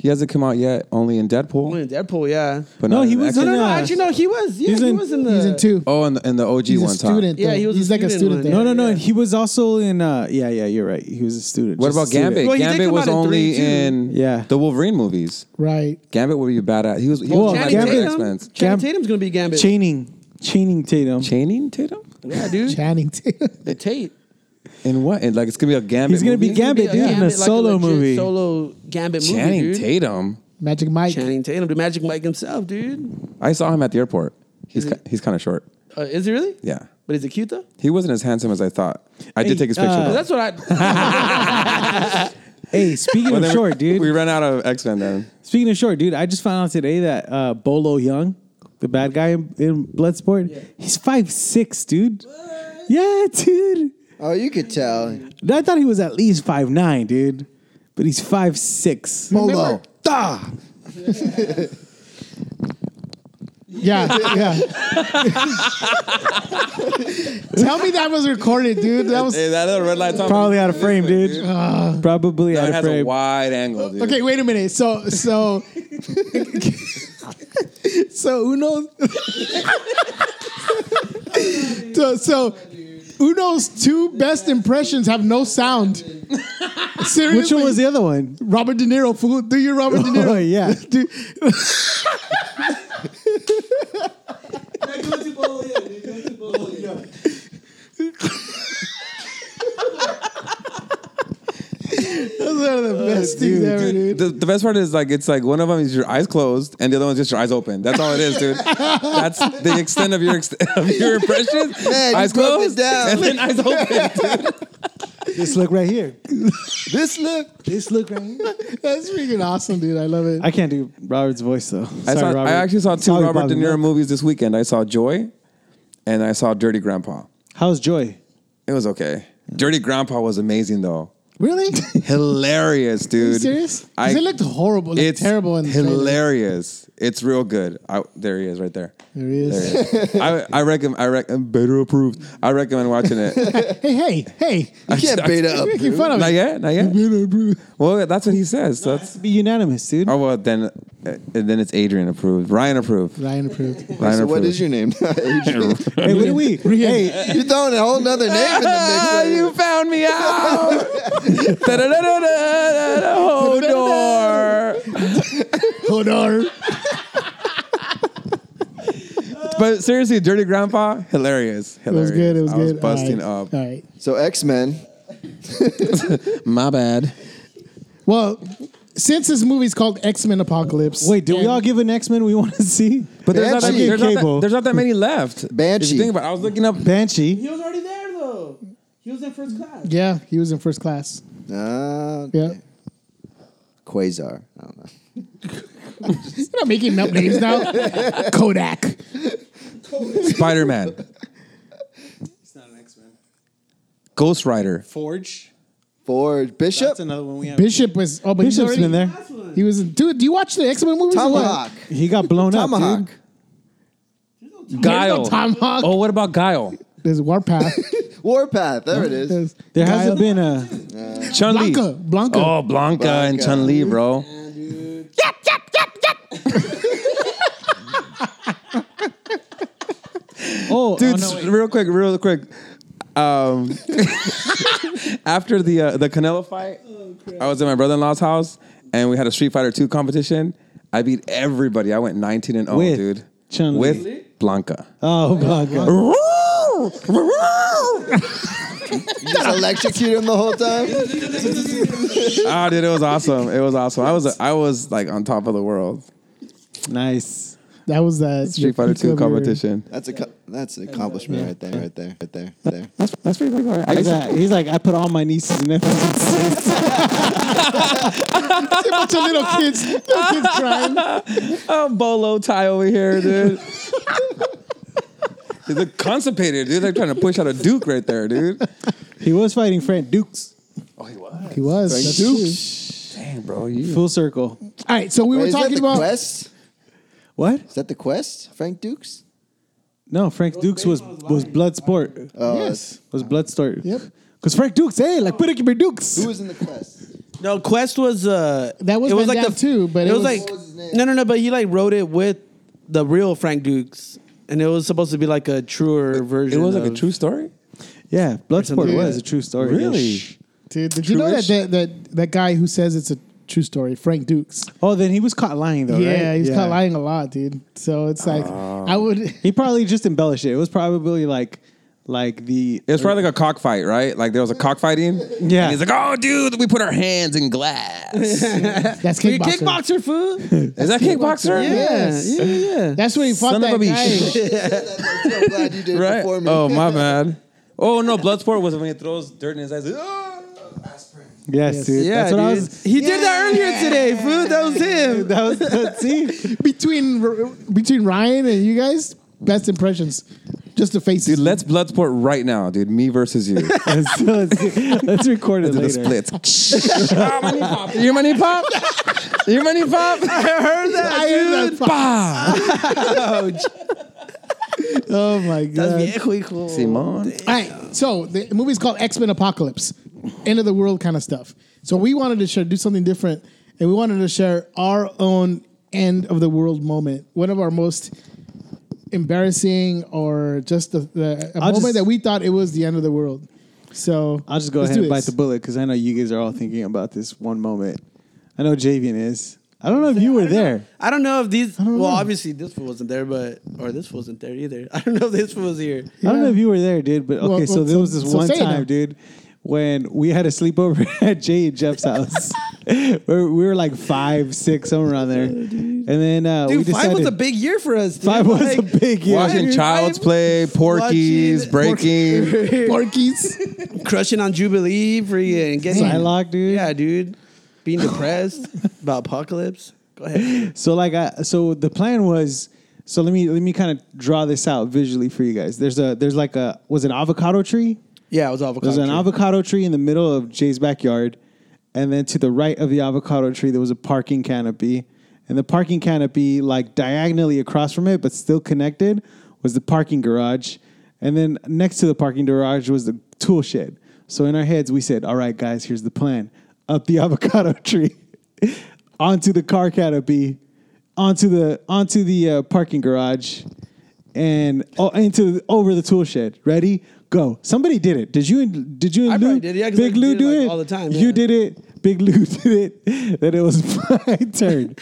S2: He hasn't come out yet. Only in Deadpool.
S4: Only in Deadpool? Yeah.
S2: But
S6: No,
S2: not
S6: he
S2: in
S6: was
S2: X-Men.
S6: in, uh,
S4: Actually, no, he was. Yeah,
S6: he's
S4: uh, he
S6: in-
S4: was in the.
S1: he's in two.
S2: Oh, and the, and the OG
S1: he's
S2: one
S1: a student.
S2: time.
S4: Yeah,
S1: though.
S4: he was a
S1: He's like a
S4: student
S1: student.
S4: one,
S1: thing.
S4: yeah.
S6: No, no, no. And he was also in. Uh, yeah, yeah. You're right. He was a student.
S2: What
S6: just
S2: about
S6: a student.
S2: Gambit?
S4: Well, he did
S2: Gambit
S4: come
S2: was
S4: out in
S2: only
S4: three, too.
S2: in
S6: Yeah.
S2: the Wolverine movies.
S1: Right.
S2: Gambit would be bad at. He was he
S6: Well,
S2: was
S4: Channing
S2: my favorite
S6: Gambit-
S2: X-Men.
S4: Tatum. Channing
S6: Gam-
S4: Tatum's gonna be Gambit.
S6: Chaining, chaining Tatum.
S2: Chaining Tatum?
S4: yeah, dude.
S1: Channing Tatum.
S4: The Tate.
S2: In what? And like it's gonna be a Gambit.
S6: He's gonna be
S2: movie?
S6: Gam- Gambit,
S4: Gonna
S6: dude, in a solo
S4: legit
S6: movie.
S4: Solo Gambit movie,
S2: Channing
S4: dude.
S2: Tatum.
S1: Magic Mike.
S4: Channing Tatum, the Magic Mike himself, dude.
S2: I saw him at the airport. He's
S4: Is
S2: ki- he's kind of short.
S4: Uh, is he really?
S2: Yeah, Uh.
S4: But is it cute though?
S2: he wasn't as handsome as I thought. I
S6: Hey,
S2: did take his picture.
S6: uh,
S2: though.
S4: That's what I.
S6: Hey, speaking
S2: Well,
S6: of
S2: then we-
S6: short, dude.
S2: We ran out of X Men then.
S6: Speaking of short, dude, I just found out today that uh, Bolo Young, the bad guy in, in Bloodsport, he's five six, dude. Yeah, dude.
S3: Oh, you could tell.
S6: I thought he was at least five nine, dude, but he's five six.
S3: Molo.
S1: Yeah, yeah. Tell me that was recorded, dude. That was
S2: Hey, that little red light. Tom-
S6: Probably out of frame, dude. Uh, Probably
S2: That
S6: out of
S2: has a
S6: frame.
S2: wide angle. Dude.
S1: okay. Wait a minute. So, so, so Uno. so, so Uno's two best impressions have no sound. Seriously,
S6: Which one was the other one?
S1: Robert De Niro? Fool, do your Robert De
S6: Oh
S1: Niro?
S6: yeah,
S1: Dude, that's one of the best things ever, dude.
S2: The, the best part is like it's like one of them is your eyes closed and the other one's just your eyes open. That's all it is, dude. That's the extent of your ex- of your impression.
S3: Man, you
S2: eyes
S3: broke it
S2: closed
S3: down.
S2: and then eyes open.
S6: this look right here.
S3: This look.
S6: This look right here.
S1: That's freaking awesome, dude. I love it.
S6: I can't do Robert's voice though.
S2: I,
S6: Sorry,
S2: saw,
S6: Robert.
S2: I actually saw two
S6: Sorry,
S2: Robert
S6: Bobby.
S2: De Niro movies this weekend. I saw Joy, and I saw Dirty Grandpa.
S6: How's Joy?
S2: It was okay. Dirty Grandpa was amazing though.
S1: really?
S2: Hilarious, dude.
S1: serious? 'Cause
S2: I-
S1: it looked horrible. It looked
S2: It's
S1: terrible in the trailer.
S2: hilarious. It's real good. I, there he is, right there.
S1: There he is.
S2: There he is. I, I recommend. I recommend. Better approved. I recommend watching it.
S1: hey, hey, hey!
S3: You can't beta up.
S1: You're making fun of
S2: not
S1: me.
S2: yet. Not yet. Well, that's what he says. So that's.
S6: Be unanimous, dude.
S2: Oh well, then, uh, and then it's Adrian approved. Ryan approved.
S1: Ryan approved.
S2: Ryan
S3: So
S2: approved.
S3: what is your name? Adrian?
S6: Hey, what do we? Hey,
S3: You're throwing a whole nother name in
S2: Ah,
S3: the
S2: you
S3: mix.
S2: found me out. Da-da-da-da-da-da, Hodor.
S1: Hold on.
S2: But seriously, Dirty Grandpa, hilarious.
S1: It was
S2: Hilarious.
S1: good. It was
S2: I
S1: good.
S2: was busting
S1: All right.
S2: up.
S1: All right.
S3: So X Men.
S2: My bad.
S1: Well, since this movie's called X Men Apocalypse,
S6: wait, did we
S1: and-
S6: all give an X Men we want to see?
S2: But there's not, that,
S3: Banshee.
S2: there's, not that,
S6: Cable.
S2: there's not that many left. If you
S3: Banshee.
S2: think about it, I was looking up.
S6: Banshee.
S4: he was already there though. He was in first class.
S1: Yeah, he was in first class.
S3: Uh,
S1: Yeah.
S3: Quasar. I don't know.
S1: You're not making up names now. Kodak.
S2: Spider Man. It's not an X Men. Ghost Rider.
S5: Forge.
S3: Forge Bishop.
S5: That's another one we have.
S1: Bishop was. Oh, but he's
S6: Bishop's
S1: already-
S6: been there.
S1: He was. in- Dude, do you watch the X Men movies? or what?
S3: Tomahawk.
S6: He got blown up,
S3: Tomahawk.
S6: dude.
S2: Guile.
S1: Tomahawk.
S2: Oh, what about Guile?
S1: There's Warpath.
S3: Warpath. There it is.
S1: There's
S6: There
S1: Guile.
S6: hasn't been a.
S2: Chun Li.
S1: Blanca. Blanca.
S2: Oh, Blanca, and
S3: Blanca.
S2: Chun Li, bro.
S6: Oh,
S2: Dude,
S6: oh, no, wait.
S2: s- real quick, real quick. Um, after the uh, the Canelo fight,
S6: Oh,
S2: I was at my brother in law's house and we had a Street Fighter Two competition. I beat everybody. I went nineteen and zero,
S6: With
S2: dude.
S6: Chun-Li.
S2: With Blanca.
S6: oh Blanca.
S2: ah,
S3: You just electrocute him the whole time.
S2: Ah, dude, it was awesome. It was awesome. I was I was like on top of the world.
S6: Nice.
S1: That was that
S2: Street Fighter Two competition.
S3: That's a co- that's an accomplishment right there, right there, right there, right there.
S6: That's that's pretty cool. He's like, he's like, I put all my nieces and nephews.
S1: A bunch of little kids, little kids crying.
S2: Oh, bolo tie over here, dude. They look constipated, dude. They're trying to push out a Duke right there, dude.
S6: he was fighting Frank Dukes.
S1: He was. That's true.
S2: Damn, bro, you
S6: Full circle.
S1: All right, so we
S3: Wait,
S1: were
S3: is that
S1: talking
S3: the
S1: about.
S3: quest?
S6: What?
S3: Is that the quest? Frank Dukes?
S6: No, Frank Dukes was was blood sport.
S1: yes.
S6: Was blood sport.
S1: Yep.
S6: Because Frank Dukes, hey, like put it in your Dukes.
S3: Who was in the quest?
S4: No, Quest was uh
S1: That was
S4: it was
S1: Van
S4: like
S1: Damme
S4: the,
S1: too, but
S4: it,
S1: it
S4: was,
S1: was-
S4: like
S3: What was his name?
S4: no, no, no. But he like wrote it with the real Frank Dukes, and it was supposed to be like a truer
S2: it
S4: version.
S2: was like a
S4: of-
S2: true story?
S6: Yeah, blood sport
S1: something.
S6: was a true story.
S2: Really?
S1: Dude, did you know that, that that that guy who says it's a true story, Frank Dukes?
S6: Oh, then he was caught lying though.
S1: yeah,
S6: right?
S1: he's caught lying a lot, dude. So it's like I would.
S6: He probably just embellished it. It was probably like like the
S2: It was probably like a cockfight, right? Like there was a cockfighting.
S6: Yeah.
S2: And he's like, oh, dude, we put our hands in glass. Is
S1: That's
S4: You're a
S1: kickboxer.
S4: kickboxer, fool.
S2: that kickboxer?
S1: Yes.
S4: yeah, yeah.
S1: That's where he fought
S2: Son of
S1: that
S2: a bitch.
S1: guy.
S3: I'm glad you did
S2: Right?
S3: it before me.
S2: Oh, my bad. Oh, no, Bloodsport was when he throws dirt in his eyes. Ah!
S6: yes, dude.
S4: Yeah,
S6: That's what I
S4: dude.
S6: was.
S4: He did that earlier today, fool. That was him.
S6: That was the see.
S1: between R- between Ryan and you guys, best impressions, just the faces.
S2: Dude, let's Bloodsport right now, dude. Me versus you.
S6: Let's, let's, let's record it
S2: Do the
S6: later.
S2: splits. Ah, my knee popped. Your money pop? Your money pop? I heard that,
S1: I heard that. Oh my god!
S4: Viejo hijo.
S2: Simon.
S1: All right, so the movie's called X Men Apocalypse, end of the world kind of stuff. So we wanted to share, do something different, and we wanted to share our own end of the world moment, one of our most embarrassing or just the, the a
S6: I'll
S1: moment
S6: just-
S1: that we thought it was the end of the world. So
S6: I'll just go
S1: let's
S6: ahead and
S1: do
S6: bite
S1: this.
S6: the bullet because I know you guys are all thinking about this one moment. I know Javian is. I don't know if you were there.
S4: I don't know if these. Well,
S1: know.
S4: obviously this fool wasn't there, but or this fool wasn't there either. I don't know if this fool was here.
S6: I don't know if you were there, dude. But okay,
S1: Well,
S6: so
S1: well,
S6: there was this
S1: so- so
S6: one
S1: say it
S6: time,
S1: now.
S6: dude, when we had a sleepover at Jay and Jeff's house. we were we were like five, six, somewhere around there, and then uh, we
S4: Dude,
S6: decided
S4: five was a big year for us. Dude.
S6: Five was a big year.
S4: why-
S2: Watching Child's
S4: why-
S2: Play, Porky's,
S4: Watching-
S2: Breaking.
S1: Porkies.
S4: crushing on Jubilee for you and getting
S6: Psylocke, dude.
S4: Yeah, dude. Being depressed about apocalypse. Go ahead.
S6: So like I so the plan was so let me let me kind of draw this out visually for you guys. There's a there's like a was an avocado tree.
S4: Yeah, it was avocado.
S6: There's an
S4: tree.
S6: avocado tree in the middle of Jay's backyard, and then to the right of the avocado tree there was a parking canopy, and the parking canopy like diagonally across from it but still connected was the parking garage, and then next to the parking garage was the tool shed. So in our heads we said, "All right, guys, here's the plan: up the avocado tree, onto the car canopy, onto the onto the uh, parking garage." and oh, into over the tool shed. Ready? Go. Somebody did it. Did you? and- Did you? and
S4: I probably
S6: Lou-
S4: did, yeah, 'cause
S6: Big
S4: I
S6: Lou
S4: did it,
S6: do
S4: like,
S6: it
S4: all the time,
S6: You
S4: yeah.
S6: did it. Big Lou did it. Then it was my turn.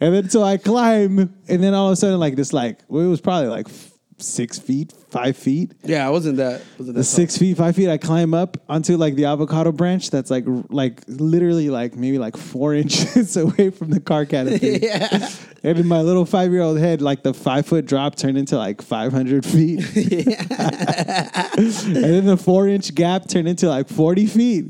S6: and then so I climb, and then all of a sudden, like this, like well, it was probably like f- six feet, five feet.
S4: Yeah, I wasn't that. Wasn't that
S6: The six feet, five feet. I climb up onto like the avocado branch that's like r- like literally like maybe like four inches away from the car canopy.
S4: Yeah.
S6: And in my little five year old head, like the five foot drop turned into like 500 feet. and then the four inch gap turned into like 40 feet.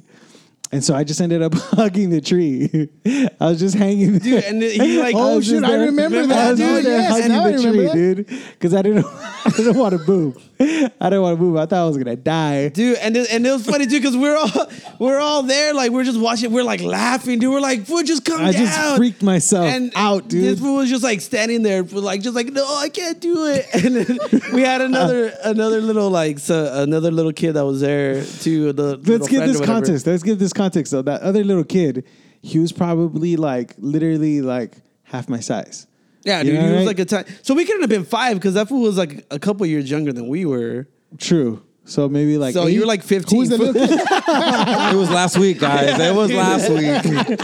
S6: And so I just ended up hugging the tree. I was just hanging there.
S4: Dude, and he like
S6: I
S1: Oh,
S6: was just
S1: shoot, I remember that,
S6: I was just
S1: dude.
S6: there
S1: Yes,
S6: hugging
S1: now I
S6: the
S1: remember
S6: tree,
S1: that.
S6: dude. Because I didn't, I didn't want to move. I didn't want to move. I thought I was going to die.
S4: Dude, and it, and it was funny too because we're all we're all there like we're just watching we're like laughing dude we're like fool just come
S6: I
S4: down
S6: just freaked myself out, dude.
S4: This fool was just like standing there, for like just like no, I can't do it. And then we had another another little like so another little kid that was there too. The
S6: let's
S4: little
S6: give
S4: friend or
S6: this
S4: whatever.
S6: context. Let's give this context. So that other little kid, he was probably like literally like half my size.
S4: Yeah,
S6: You
S4: dude,
S6: know,
S4: he was
S6: right?
S4: like a time. So we couldn't have been five because that fool was like a couple years younger than we were.
S6: True. So maybe like
S4: so
S6: eight?
S4: you were like fifteen.
S1: Who's the
S4: fool.
S1: little kid?
S2: It was last week, guys. It was last week.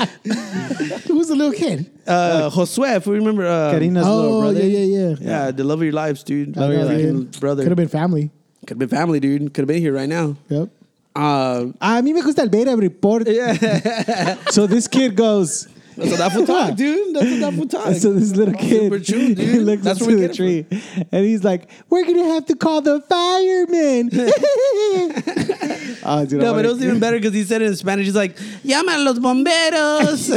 S1: Who's the little kid?
S4: uh, Josue, if we remember. Uh,
S6: Karina's little
S1: Oh,
S6: brother.
S1: yeah, yeah, yeah.
S4: yeah, the love of your lives, dude.
S1: I know,
S4: Fucking
S1: dude.
S4: brother.
S1: Could have been family.
S4: Could have been family, dude. Could have been here right now.
S1: Yep.
S4: Uh,
S6: A mí me gusta el beta report.
S4: yeah.
S6: So this kid goes,
S4: That's what that fool talk, dude. That's what that fool talk.
S6: And so this little
S4: Super
S6: kid,
S4: Chew, dude.
S6: he looks
S4: That's
S6: That's
S4: where we
S6: into the
S4: get it
S6: tree, and he's like, "We're gonna have to call the firemen." oh, dude, I
S4: No, but
S6: wanna-
S4: it was even better because he said it in Spanish. He's like, "Llama a los bomberos."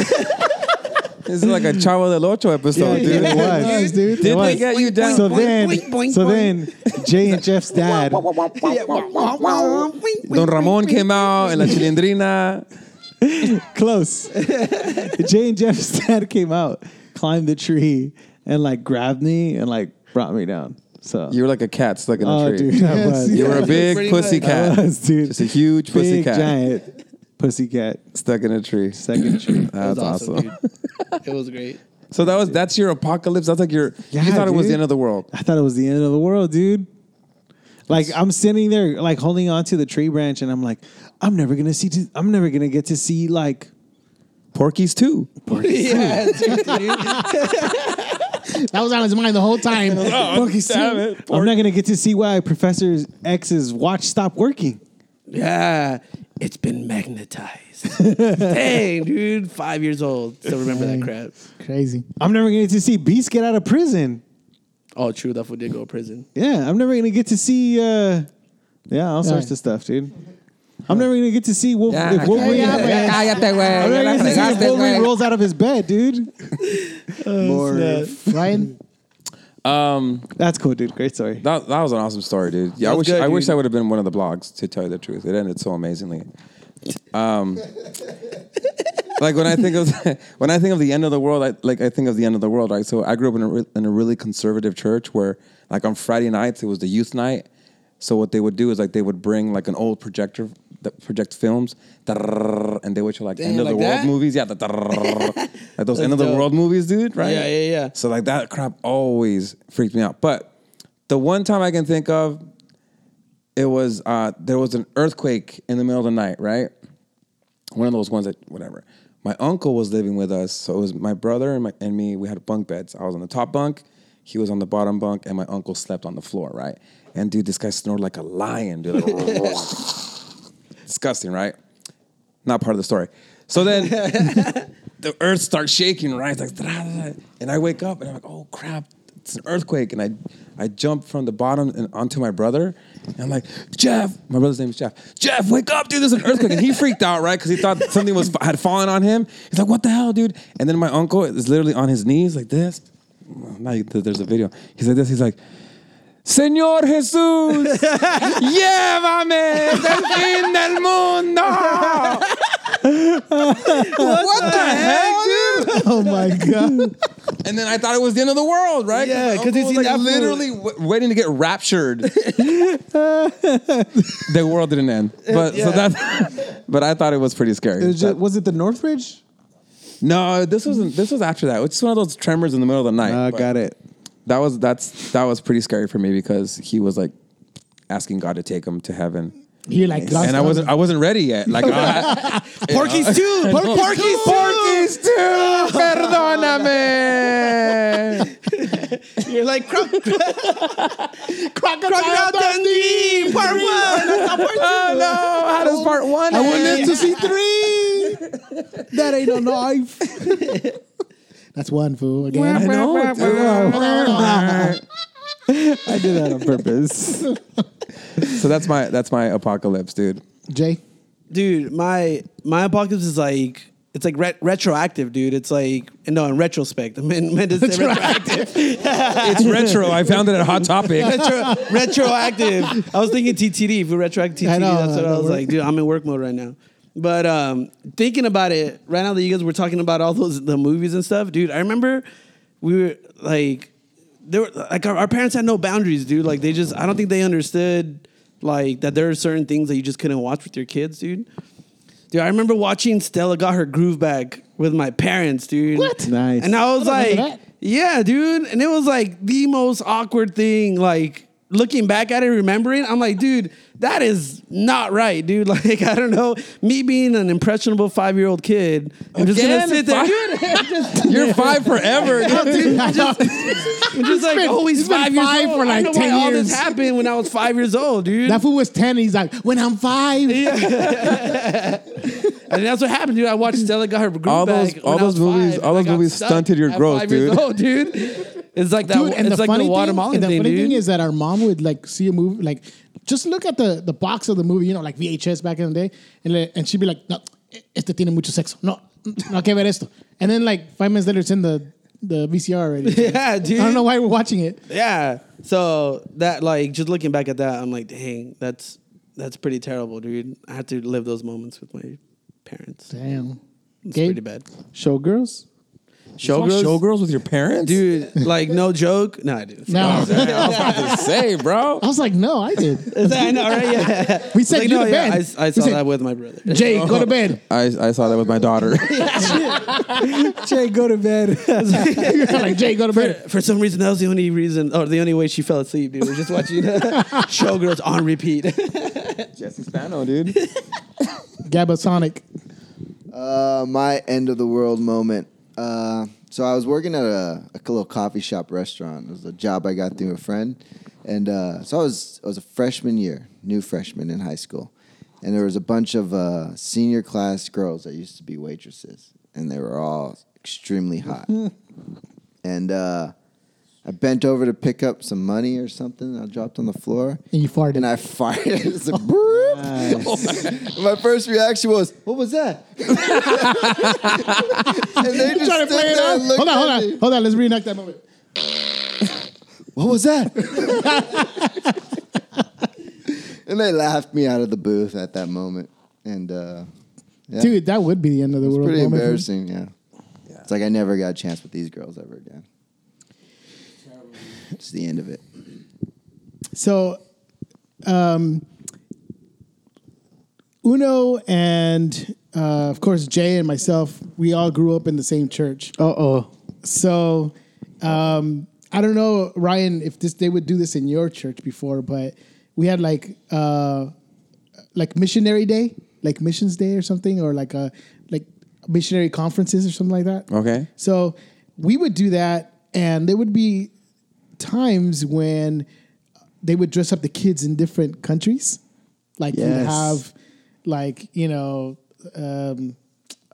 S2: This is like a Chavo del Ocho episode,
S6: Yeah,
S2: dude.
S6: Oh, it was, dude.
S2: Did
S6: it was.
S2: they get you down?
S6: so
S4: boink,
S6: then,
S4: boink, boink,
S6: so
S4: boink.
S6: then, Jay and Jeff's dad.
S2: Don Ramon came out and La Chilindrina.
S6: Close. Jay and Jeff's dad came out, climbed the tree, and like grabbed me and like brought me down. So
S2: You were like a cat stuck in a
S6: oh,
S2: tree.
S6: dude, I
S1: Yes,
S6: was.
S1: yes.
S2: You were a big
S4: Pretty
S2: pussy
S4: much.
S2: cat.
S6: I was, dude.
S2: Just a huge pussy
S6: Big
S2: cat
S6: giant pussy cat.
S2: stuck in a tree.
S6: Second tree.
S2: That's awesome.
S4: It was great.
S2: So that was that's your apocalypse. That's like your you
S6: Yeah,
S2: thought it was the
S6: dude.
S2: end of the world.
S6: I thought it was the end of the world, dude. Like I'm sitting there, like holding onto the tree branch, and I'm like, I'm never gonna see. To, I'm never gonna get to see like
S2: Porky's too.
S4: Yeah, dude, dude.
S1: That was on his mind the whole time.
S6: Porky's
S2: damn
S6: too.
S2: it,
S6: Oh, I'm not gonna get to see why Professor X's watch stopped working.
S4: yeah. It's been magnetized. Dang, dude, five years old. Still remember that crap.
S1: Crazy.
S6: I'm never gonna get to see Beast get out of prison.
S4: Oh, true. That fool did go to prison.
S6: Yeah, I'm never gonna get to see. uh Yeah, all sorts of stuff, dude. I'm never gonna get to see Wolf. if Wolverine,
S1: yeah, yeah.
S6: I'm never gonna see if Wolverine rolls out of his bed, dude.
S3: More.
S1: Ryan,
S2: Um,
S6: That's cool, dude. Great story.
S2: that, that was an awesome story, dude. Yeah, I
S4: That
S2: wish
S4: was good,
S2: I wish
S4: dude.
S2: I would have been one of the blogs to tell you the truth. It ended so amazingly. Um, like when I think of when I think of the end of the world, I like I think of the end of the world. Right. So I grew up in a re- in a really conservative church where, like on Friday nights, it was the youth night. So what they would do is like they would bring like an old projector that project films, and they would show like
S4: Damn,
S2: end of the
S4: like
S2: world
S4: that?
S2: movies. Yeah, the like those end of the
S4: dope.
S2: world movies, dude. Right.
S4: Yeah, yeah, yeah.
S2: So like that crap always freaked me out. But the one time I can think of, it was uh, there was an earthquake in the middle of the night, right? One of those ones that whatever. My uncle was living with us, so it was my brother and, my, and me. We had bunk beds. I was on the top bunk, he was on the bottom bunk, and my uncle slept on the floor, right? And dude, this guy snored like a lion, dude. Like, disgusting, right? Not part of the story. So then the earth starts shaking, right? It's like, "Dra, dra, dra." and I wake up and I'm like, oh crap, it's an earthquake. And I, I jump from the bottom and onto my brother. And I'm like, Jeff, my brother's name is Jeff. Jeff, wake up, dude, there's an earthquake. And he freaked out, right? Because he thought something was had fallen on him. He's like, what the hell, dude? And then my uncle is literally on his knees like this. Now you- there's a video. He's like this, he's like, Señor Jesús, llévame del fin del mundo. what the hell, dude?
S1: oh my god,
S2: And then I thought it was the end of the world, right?
S4: Yeah,
S2: my
S4: 'cause he's
S2: uncle
S4: seen
S2: was,
S4: that fool.
S2: literally w- waiting to get raptured. the world didn't end, but so that. But I thought it was pretty scary.
S6: It was, just, was it the Northridge?
S2: no, this wasn't. This was after that. It's one of those tremors in the middle of the night.
S6: Uh,
S2: but
S6: got it.
S2: That was that's that was pretty scary for me because he was like asking God to take him to heaven,
S1: you're like lost
S2: and I wasn't I wasn't ready yet. Like I,
S4: Porky's too. Porky's
S2: Porky's too, perdóname.
S4: too. You're like croc-
S1: crocodile.
S4: crocodile Dundee part one. I thought part two.
S2: Oh no! How does part one?
S6: I will
S2: end?
S6: live to see three. that ain't a knife.
S1: That's one fool again.
S2: know.
S6: I did that on purpose.
S2: so that's my that's my apocalypse, dude.
S1: Jay,
S4: dude my my apocalypse is like it's like re- retroactive dude it's like no in retrospect i meant, meant to say retroactive
S2: It's retro. I found it at Hot Topic.
S4: Retro- retroactive i was thinking ttd if we retroact ttd
S1: I know,
S4: that's what
S1: I
S4: i
S1: know,
S4: was
S1: we're-
S4: like dude i'm in work mode right now but um thinking about it right now that you guys were talking about all those the movies and stuff dude i remember we were like there were like our, our parents had no boundaries dude like they just i don't think they understood like that there are certain things that you just couldn't watch with your kids dude Dude, I remember watching Stella got her groove back with my parents, dude.
S1: What?
S6: Nice.
S4: And I was
S1: I don't remember
S4: like, yeah, dude. And it was like the most awkward thing. Like, looking back at it, remembering, I'm like, dude, that is not right, dude. Like, I don't know. Me being an impressionable five year old kid, I'm just gonna
S2: Again?
S4: sit there.
S2: You're five forever. dude.
S4: I'm just like,
S1: been-
S4: oh, he's
S1: he's been
S4: five years
S1: five
S4: old.
S1: for
S4: I
S1: like
S4: don't know why
S1: 10
S4: all this
S1: years.
S4: happened when I was five years old, dude.
S1: That fool was 10. He's like, when I'm five.
S4: and that's what happened, dude. I watched Stella got her groove
S2: All those-
S4: back
S2: all
S4: when I
S2: those
S4: was
S2: movies-
S4: five,
S2: all
S4: and I
S2: those
S4: got
S2: movies
S4: stuck
S2: stunted your
S4: at
S2: growth,
S4: five years
S2: dude.
S4: old, dude. It's like that.
S1: Dude, and
S4: it's
S1: the
S4: like
S1: funny
S4: the watermelon
S1: thing, and the
S4: thing,
S1: funny
S4: dude.
S1: thing is that our mom would like see a movie, like just look at the the box of the movie, you know, like VHS back in the day, and le- and she'd be like, "No, este tiene mucho sexo. No, no hay que ver esto." And then like five minutes later, it's in the the VCR already.
S4: yeah, dude.
S1: I don't know why we're watching it.
S4: Yeah. So that like just looking back at that, I'm like, dang, that's that's pretty terrible, dude. I had to live those moments with my parents. It's
S1: Damn,
S4: pretty bad.
S6: Showgirls?
S4: Showgirls,
S2: Showgirls with your parents,
S4: dude. Like no joke. No, I didn't.
S1: No,
S2: I was about to say, bro.
S1: I was like, no, I did.
S4: Is that- I know, right? Yeah.
S1: We said
S4: Like,
S1: you
S4: no,
S1: to
S4: yeah,
S1: bed.
S4: I s- I,
S1: We
S4: saw
S1: said,
S4: that with my brother.
S1: Jay, go to bed.
S2: I, I saw that with my daughter.
S6: Jay, go to bed.
S1: like Jay, go to
S4: For,
S1: bed.
S4: for some reason, that was the only reason, or the only way she fell asleep, dude. We're just watching Showgirls on repeat.
S2: Jesse Spano, dude.
S1: Gabasonic.
S3: Uh, my end of the world moment. Uh, so I was working at a, a little coffee shop restaurant. It was a job I got through a friend, and uh, so I was I was a freshman year, new freshman in high school, and there was a bunch of uh, senior class girls that used to be waitresses, and they were all extremely hot. and uh, I bent over to pick up some money or something. I dropped on the floor,
S1: And you farted. Oh,
S3: and I fired. it's a broop. My first reaction was, "What was that?" and they just
S1: Trying to play it
S3: there and
S1: off.
S3: looked at
S1: Hold on, hold on,
S3: me.
S1: hold on. Let's reenact that moment.
S3: What was that? and they laughed me out of the booth at that moment, and uh, yeah,
S1: Dude, that would be the end of the
S3: it's
S1: world.
S3: pretty
S1: moment.
S3: embarrassing. Yeah. it's like I never got a chance with these girls ever again. It's the end of it.
S1: So, um, Uno and uh, of course Jay and myself, we all grew up in the same church.
S6: Uh oh.
S1: So, um, I don't know, Ryan, if this they would do this in your church before, but we had like uh, like missionary day, like missions day or something, or like a like missionary conferences or something like that.
S2: Okay.
S1: So we would do that, and there would be times when they would dress up the kids in different countries. Like you'd
S6: Yes.
S1: have, like you know, um,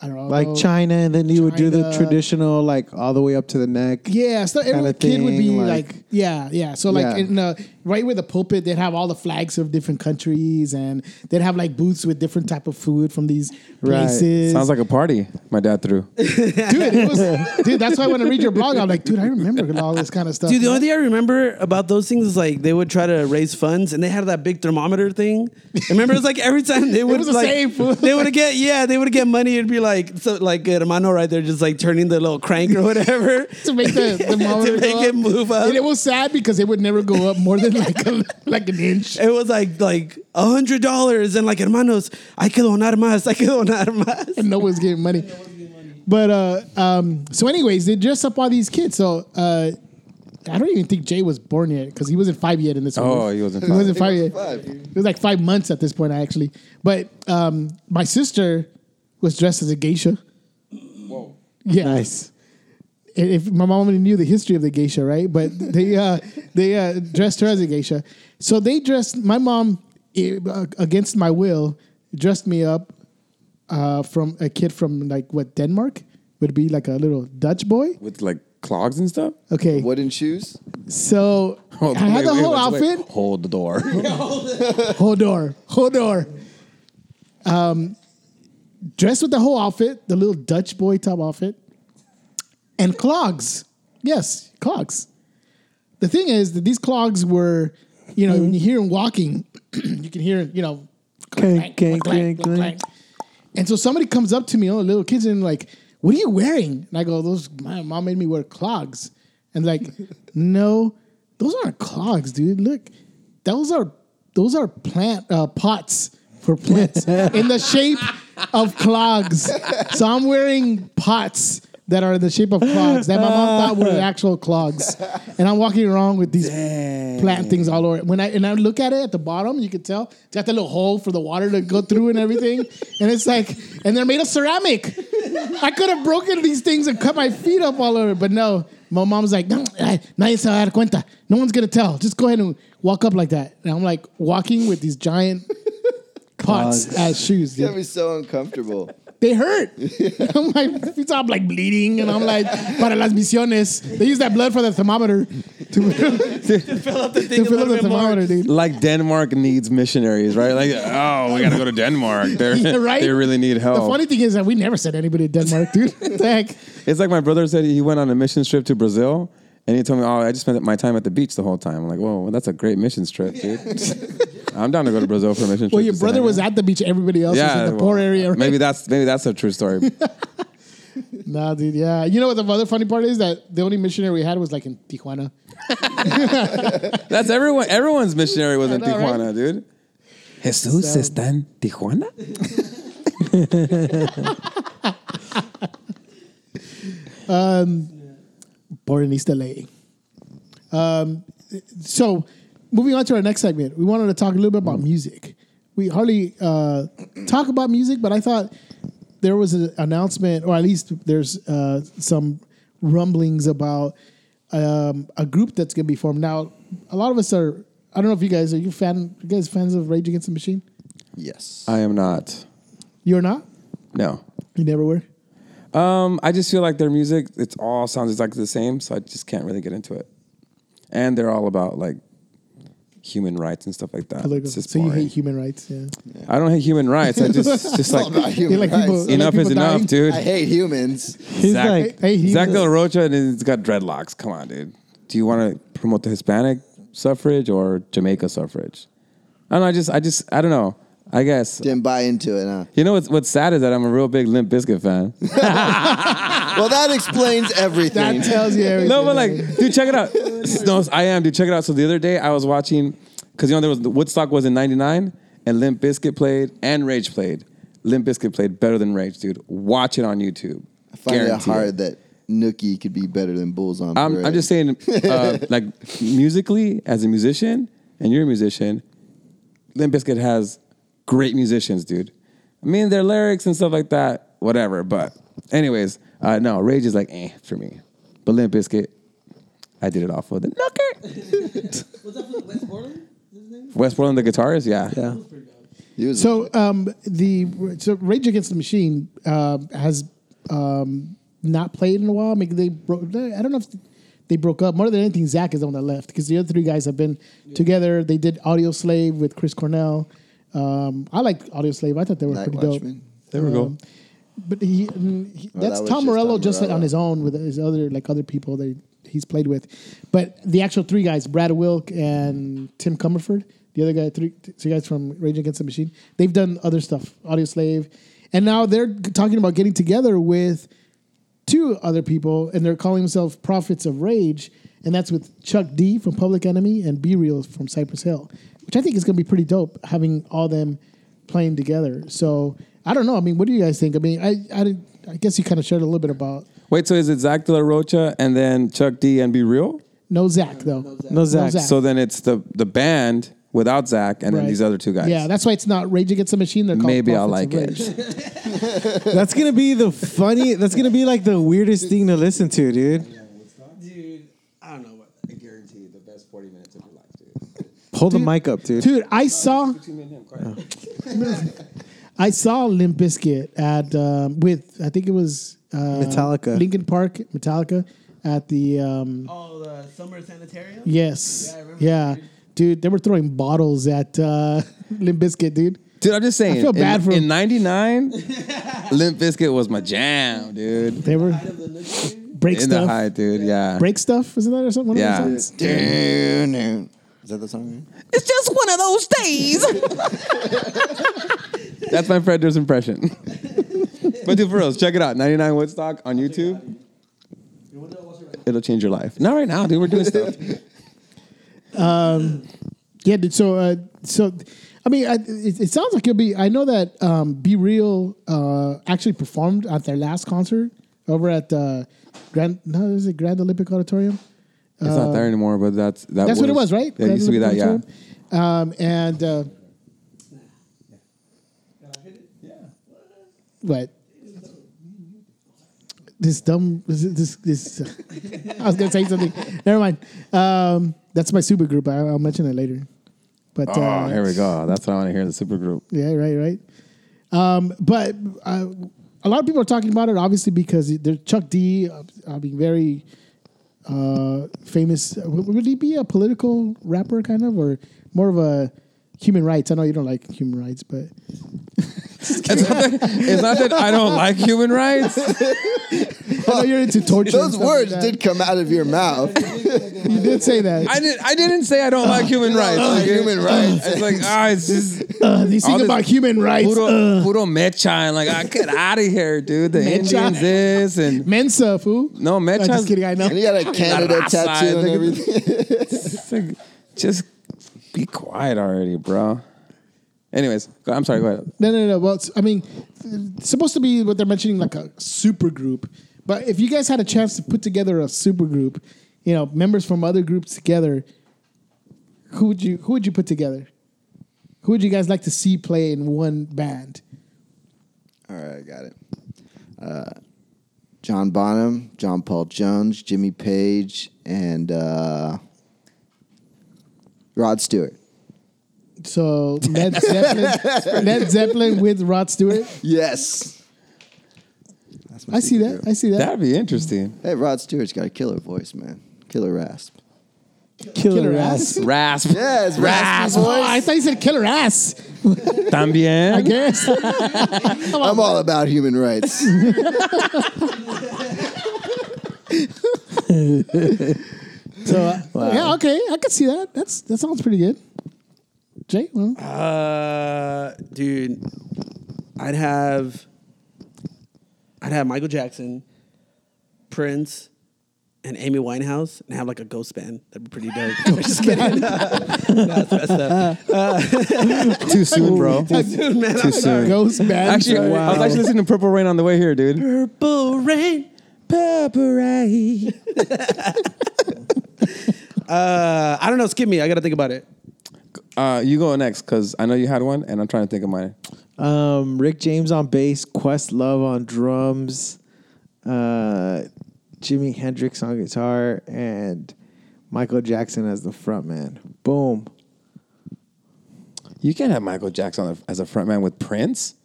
S1: I don't know,
S6: Like Oh. China, and then you would do the
S1: China.
S6: traditional, like all the way up to the neck.
S1: Yeah, so every
S6: kinda
S1: kid would be
S6: thing,
S1: like,
S6: like-
S1: yeah, yeah. So like
S6: Yeah.
S1: in uh, right where the pulpit, they'd have all the flags of different countries, and they'd have like booths with different type of food from these
S6: Right.
S1: places.
S2: Sounds like a party my dad threw.
S1: dude, it was, dude. That's why when I read your blog, I'm like, dude, I remember all this kind of stuff.
S4: Dude, the only thing I remember about those things is like they would try to raise funds, and they had that big thermometer thing. Remember, it's like every time they would
S1: was the
S4: like
S1: same, fool.
S4: they would get yeah they would get money. It'd be like so like Hermano right there, just like turning the little crank or whatever.
S1: to make the, the monitor
S4: make
S1: go
S4: it
S1: up.
S4: move up.
S1: And it was sad because it would never go up more than like a, like an inch.
S4: It was like like a hundred dollars and like hermanos, I que donar más, I que donar más.
S1: And no one's getting money. But uh, um, so, anyways, they dressed up all these kids. So uh, I don't even think Jay was born yet because he wasn't five yet in this.
S2: Oh,
S1: one.
S2: he wasn't
S1: He
S2: five.
S1: wasn't five
S3: He
S1: yet.
S3: wasn't five.
S1: It was like five months at this point, actually. But um, my sister was dressed as a geisha. Whoa! Yeah.
S6: Nice.
S1: And if my mom only knew the history of the geisha, right? But they uh, they uh, dressed her as a geisha. So they dressed my mom eh, uh, against my will, dressed me up uh, from a kid from like what Denmark would be like a little Dutch boy.
S2: With like clogs and stuff?
S1: Okay,
S3: Wooden shoes.
S1: so
S2: Hold-
S1: I had
S2: wait,
S1: the
S2: wait,
S1: whole
S2: wait, wait.
S1: outfit.
S2: Hold the door.
S1: Hodor, Hodor. Um, dressed Um, with the whole outfit, the little Dutch boy top outfit, and clogs. Yes, clogs. The thing is that these clogs were, you know, when you hear him walking, you can hear, you know,
S6: Clank, clank, clank,
S1: clank,
S6: clank.
S1: clank. And so somebody comes up to me, oh, little kids, and like, what are you wearing? And I go, those, my mom made me wear clogs. And like, no, those aren't clogs, dude. Look, those are, those are plant, uh, pots for plants in the shape of clogs. So I'm wearing pots that are in the shape of clogs that my mom thought were actual clogs, and I'm walking around with these plant things all over. When I and I look at it at the bottom, you can tell it's got that little hole for the water to go through and everything, and it's like, and they're made of ceramic. I could have broken these things and cut my feet up all over, but no. My mom's like, no, eh, nadie se va a dar cuenta. No one's gonna tell. Just go ahead and walk up like that. And I'm like walking with these giant pots as shoes. dude
S3: That'd be so uncomfortable.
S1: they hurt. I'm like, it's all like bleeding, and I'm like, para las misiones. They use that blood for the thermometer to,
S4: Fill up the
S1: to
S4: thing
S1: fill up the thermometer, dude.
S2: Like Denmark needs missionaries, right? Like, oh, we gotta go to Denmark. They're,
S1: Yeah, right?
S2: They really need help.
S1: The funny thing is that we never sent anybody to Denmark, dude. What the heck?
S2: It's like my brother said he went on a mission trip to Brazil and he told me, Oh, I just spent my time at the beach the whole time. I'm like, Whoa, that's a great mission trip, dude. I'm down to go to Brazil for a mission trip.
S1: Well, your
S2: just to
S1: brother
S2: hang
S1: was
S2: out.
S1: at the beach. Everybody else was in the
S2: well,
S1: poor area. Right?
S2: Maybe that's maybe that's a true story.
S1: Nah, dude. Yeah. You know what the other funny part is that the only missionary we had was like in Tijuana.
S2: that's everyone everyone's missionary was in
S1: I know, right?
S2: Tijuana, dude. Jesus está en Tijuana?
S1: born in East LA. Um, so, moving on to our next segment, we wanted to talk a little bit about music. We hardly uh, talk about music, but I thought there was an announcement, or at least there's uh, some rumblings about um, a group that's going to be formed. Now, a lot of us are. I don't know if you guys are you fan. You guys fans of Rage Against the Machine?
S3: Yes.
S2: I am not.
S1: You're not.
S2: No.
S1: You never were.
S2: Um, I just feel like their music, it's all sounds exactly the same, so I just can't really get into it. And they're all about like human rights and stuff like that. It's just
S1: so you
S2: boring.
S1: hate human rights? Yeah.
S2: I don't hate human rights. I just just
S3: All about
S2: like
S1: You
S3: human
S1: like
S3: rights.
S1: people-
S2: enough
S1: like
S2: is
S1: people
S2: enough,
S1: dying?
S2: dude.
S3: I hate humans.
S6: He's
S2: Zach-
S6: like,
S1: Hey, he-
S2: Zach De La Rocha and he's got dreadlocks. Come on, dude. Do you want to promote the Hispanic suffrage or Jamaica suffrage? I don't know. I just I just I don't know. I guess
S3: Didn't buy into it, huh?
S2: you know what's what's sad is that I'm a real big Limp Bizkit fan.
S3: Well, that explains everything.
S1: Ah. That tells you everything.
S2: No, but like, dude, check it out. no, I am, dude. Check it out. So the other day, I was watching because you know there was Woodstock was in '99, and Limp Bizkit played and Rage played. Limp Bizkit played better than Rage, dude. Watch it on YouTube.
S3: I find it
S2: Guarantee
S3: hard that Nookie could be better than Bulls on
S2: I'm,
S3: Parade.
S2: I'm just saying, uh, like musically, as a musician, and you're a musician, Limp Bizkit has great musicians, dude. I mean, their lyrics and stuff like that, whatever. But, anyways, uh, no, Rage is like eh for me. But Limp Bizkit, I did it all for the knocker.
S5: Was that from West Portland?
S2: West Portland, the guitarist, yeah.
S6: yeah.
S3: He was-
S1: So um, the so Rage Against the Machine uh, has um, not played in a while. Maybe they broke. I don't know if they broke up. More than anything, Zach is the one that left because the other three guys have been together. They did Audio Slave with Chris Cornell. Um, I like Audio Slave. I thought they were
S3: Night
S1: pretty
S3: Watchman.
S1: dope. There we go. But he, mm, he-
S3: Oh,
S1: that's
S3: that was
S1: Tom
S3: just
S1: Morello
S3: Tom
S1: just like on
S3: Morello.
S1: his own with his other like other people that he's played with. But the actual three guys, Brad Wilk and Tim Comerford, the other guy, three two guys from Rage Against the Machine, they've done other stuff, Audio Slave, and now they're talking about getting together with two other people, and they're calling themselves Prophets of Rage, and that's with Chuck D from Public Enemy and B Real from Cypress Hill, which I think is going to be pretty dope having all them playing together. So I don't know. I mean, what do you guys think? I mean, I I, did- I guess you kind of shared a little bit about
S2: Wait, so is it Zach De La Rocha and then Chuck D and Be Real?
S1: no Zach though.
S6: No Zach.
S1: Zach.
S2: So then it's the the band without Zach and
S1: Right.
S2: then these other two guys.
S1: Yeah, that's why it's not Rage Against the Machine. They're called
S2: Maybe I'll
S1: Prophets
S2: like
S1: of
S2: it.
S1: Rage.
S6: That's gonna be the funny. That's gonna be like the weirdest thing to listen to, dude.
S5: Dude, I don't know what.
S2: I guarantee the best 40 minutes of your life, dude.
S6: Pull the mic up, dude.
S1: Dude, I saw
S2: Between me and him, quiet.
S1: I saw Limp Bizkit at um, with I think it was uh,
S6: Metallica.
S1: Lincoln Park, Metallica at the um,
S5: Oh, the summer sanitarium.
S1: Yes.
S5: Yeah, I remember
S1: Yeah.
S5: that, dude.
S1: Dude, they were throwing bottles at uh, Limp Bizkit, dude.
S2: Dude, I'm just saying.
S1: I feel bad
S2: in,
S1: for him.
S2: in '99, Limp Bizkit was my jam, dude.
S1: They were
S5: Of the nookie, dude.
S1: break
S2: in the
S1: stuff.
S2: high, dude. Yeah.
S1: Break stuff, isn't that or something? One of those
S2: Yeah.
S1: songs?
S3: Dun-dun. Is that the song?
S7: It's just one of those days.
S2: That's my Fred Durst impression. but dude, for reals, check it out. '99 Woodstock on YouTube. It'll change your life. Not right now, dude. We're doing stuff.
S1: Yeah, dude. So, uh, so, I mean, I, it, it sounds like you'll be. I know that um, Be Real uh, actually performed at their last concert, over at the Grand. No, is it Grand Olympic Auditorium?
S2: It's not there anymore, but that's that.
S1: Uh, That's what it was, right?
S2: It used to be that, yeah.
S1: yeah. Um, and uh, what? This dumb. This. this, this I was gonna say something. Never mind. Um, that's my super group. I, I'll mention it later. But
S2: Oh,
S1: uh,
S2: here we go. That's what I want to hear. The super group.
S1: yeah, right, right. Um, but uh, a lot of people are talking about it, obviously, because they're Chuck D. uh, I mean, very uh, famous. W- Would he be a political rapper, kind of, or more of a human rights? I know you don't like human rights, but
S2: It's not, that, it's not that I don't like human rights.
S1: I know you're into torture. and
S3: Those
S1: stuff
S3: words
S1: like that.
S3: did come out of your mouth.
S1: You did say that.
S2: I didn't. I didn't say I don't like human rights.
S1: Oh,
S3: like
S2: okay?
S3: human rights.
S2: It's like ah, it's just
S1: Uh, they
S2: all
S1: sing
S2: this
S1: about human rights.
S2: puro,
S1: uh,
S2: puro mecha and like I get out of here, dude. The
S1: Mecha.
S2: Indians this and
S1: Mensa, fool.
S2: no
S1: I'm
S2: mecha.
S1: just kidding. I know.
S3: And he got a Canada
S2: raza,
S3: tattoo and
S2: look at
S3: everything.
S2: It's like, just be quiet already, bro. Anyways, go, I'm sorry. Go ahead.
S1: No, no, no. Well, it's- I mean, it's supposed to be what they're mentioning, like a super group. But if you guys had a chance to put together a super group, you know, members from other groups together, who would you who would you put together? Who would you guys like to see play in one band?
S3: All right, I got it. Uh, John Bonham, John Paul Jones, Jimmy Page, and uh, Rod Stewart.
S1: So Led Zeppelin, Led Zeppelin with Rod Stewart.
S3: Yes. That's my
S1: I see
S3: secret
S1: that. I see that.
S2: That'd be interesting.
S3: group. Hey, Rod Stewart's got a killer voice, man. Killer rasp.
S6: Killer,
S1: Killer
S6: ass.
S1: ass.
S2: Rasp.
S3: Yes, raspy
S1: Oh, I
S3: voice.
S1: thought you said killer ass.
S2: También.
S1: I guess.
S3: I'm all about human rights.
S1: So uh, yeah, okay, I could see that. That's that sounds pretty good. Jay, well,
S4: Uh, dude, I'd have, I'd have Michael Jackson, Prince, and Amy Winehouse, and have like a ghost band. That'd be pretty dope. I'm just kidding. That's messed up.
S2: Too soon, bro.
S4: Dude, man, I'm sorry.
S1: goes bad.
S2: Actually, I was actually listening to Purple Rain on the way here, dude.
S4: Purple rain.
S2: Purple Rain.
S4: Uh, I don't know. Skip me. I gotta think about it.
S2: Uh, you go next, cause I know you had one, and I'm trying to think of mine.
S6: Um, Rick James on bass, Quest Love on drums, uh, Jimi Hendrix on guitar, and Michael Jackson as the front man. Boom.
S2: You can't have Michael Jackson on the- as a frontman with Prince.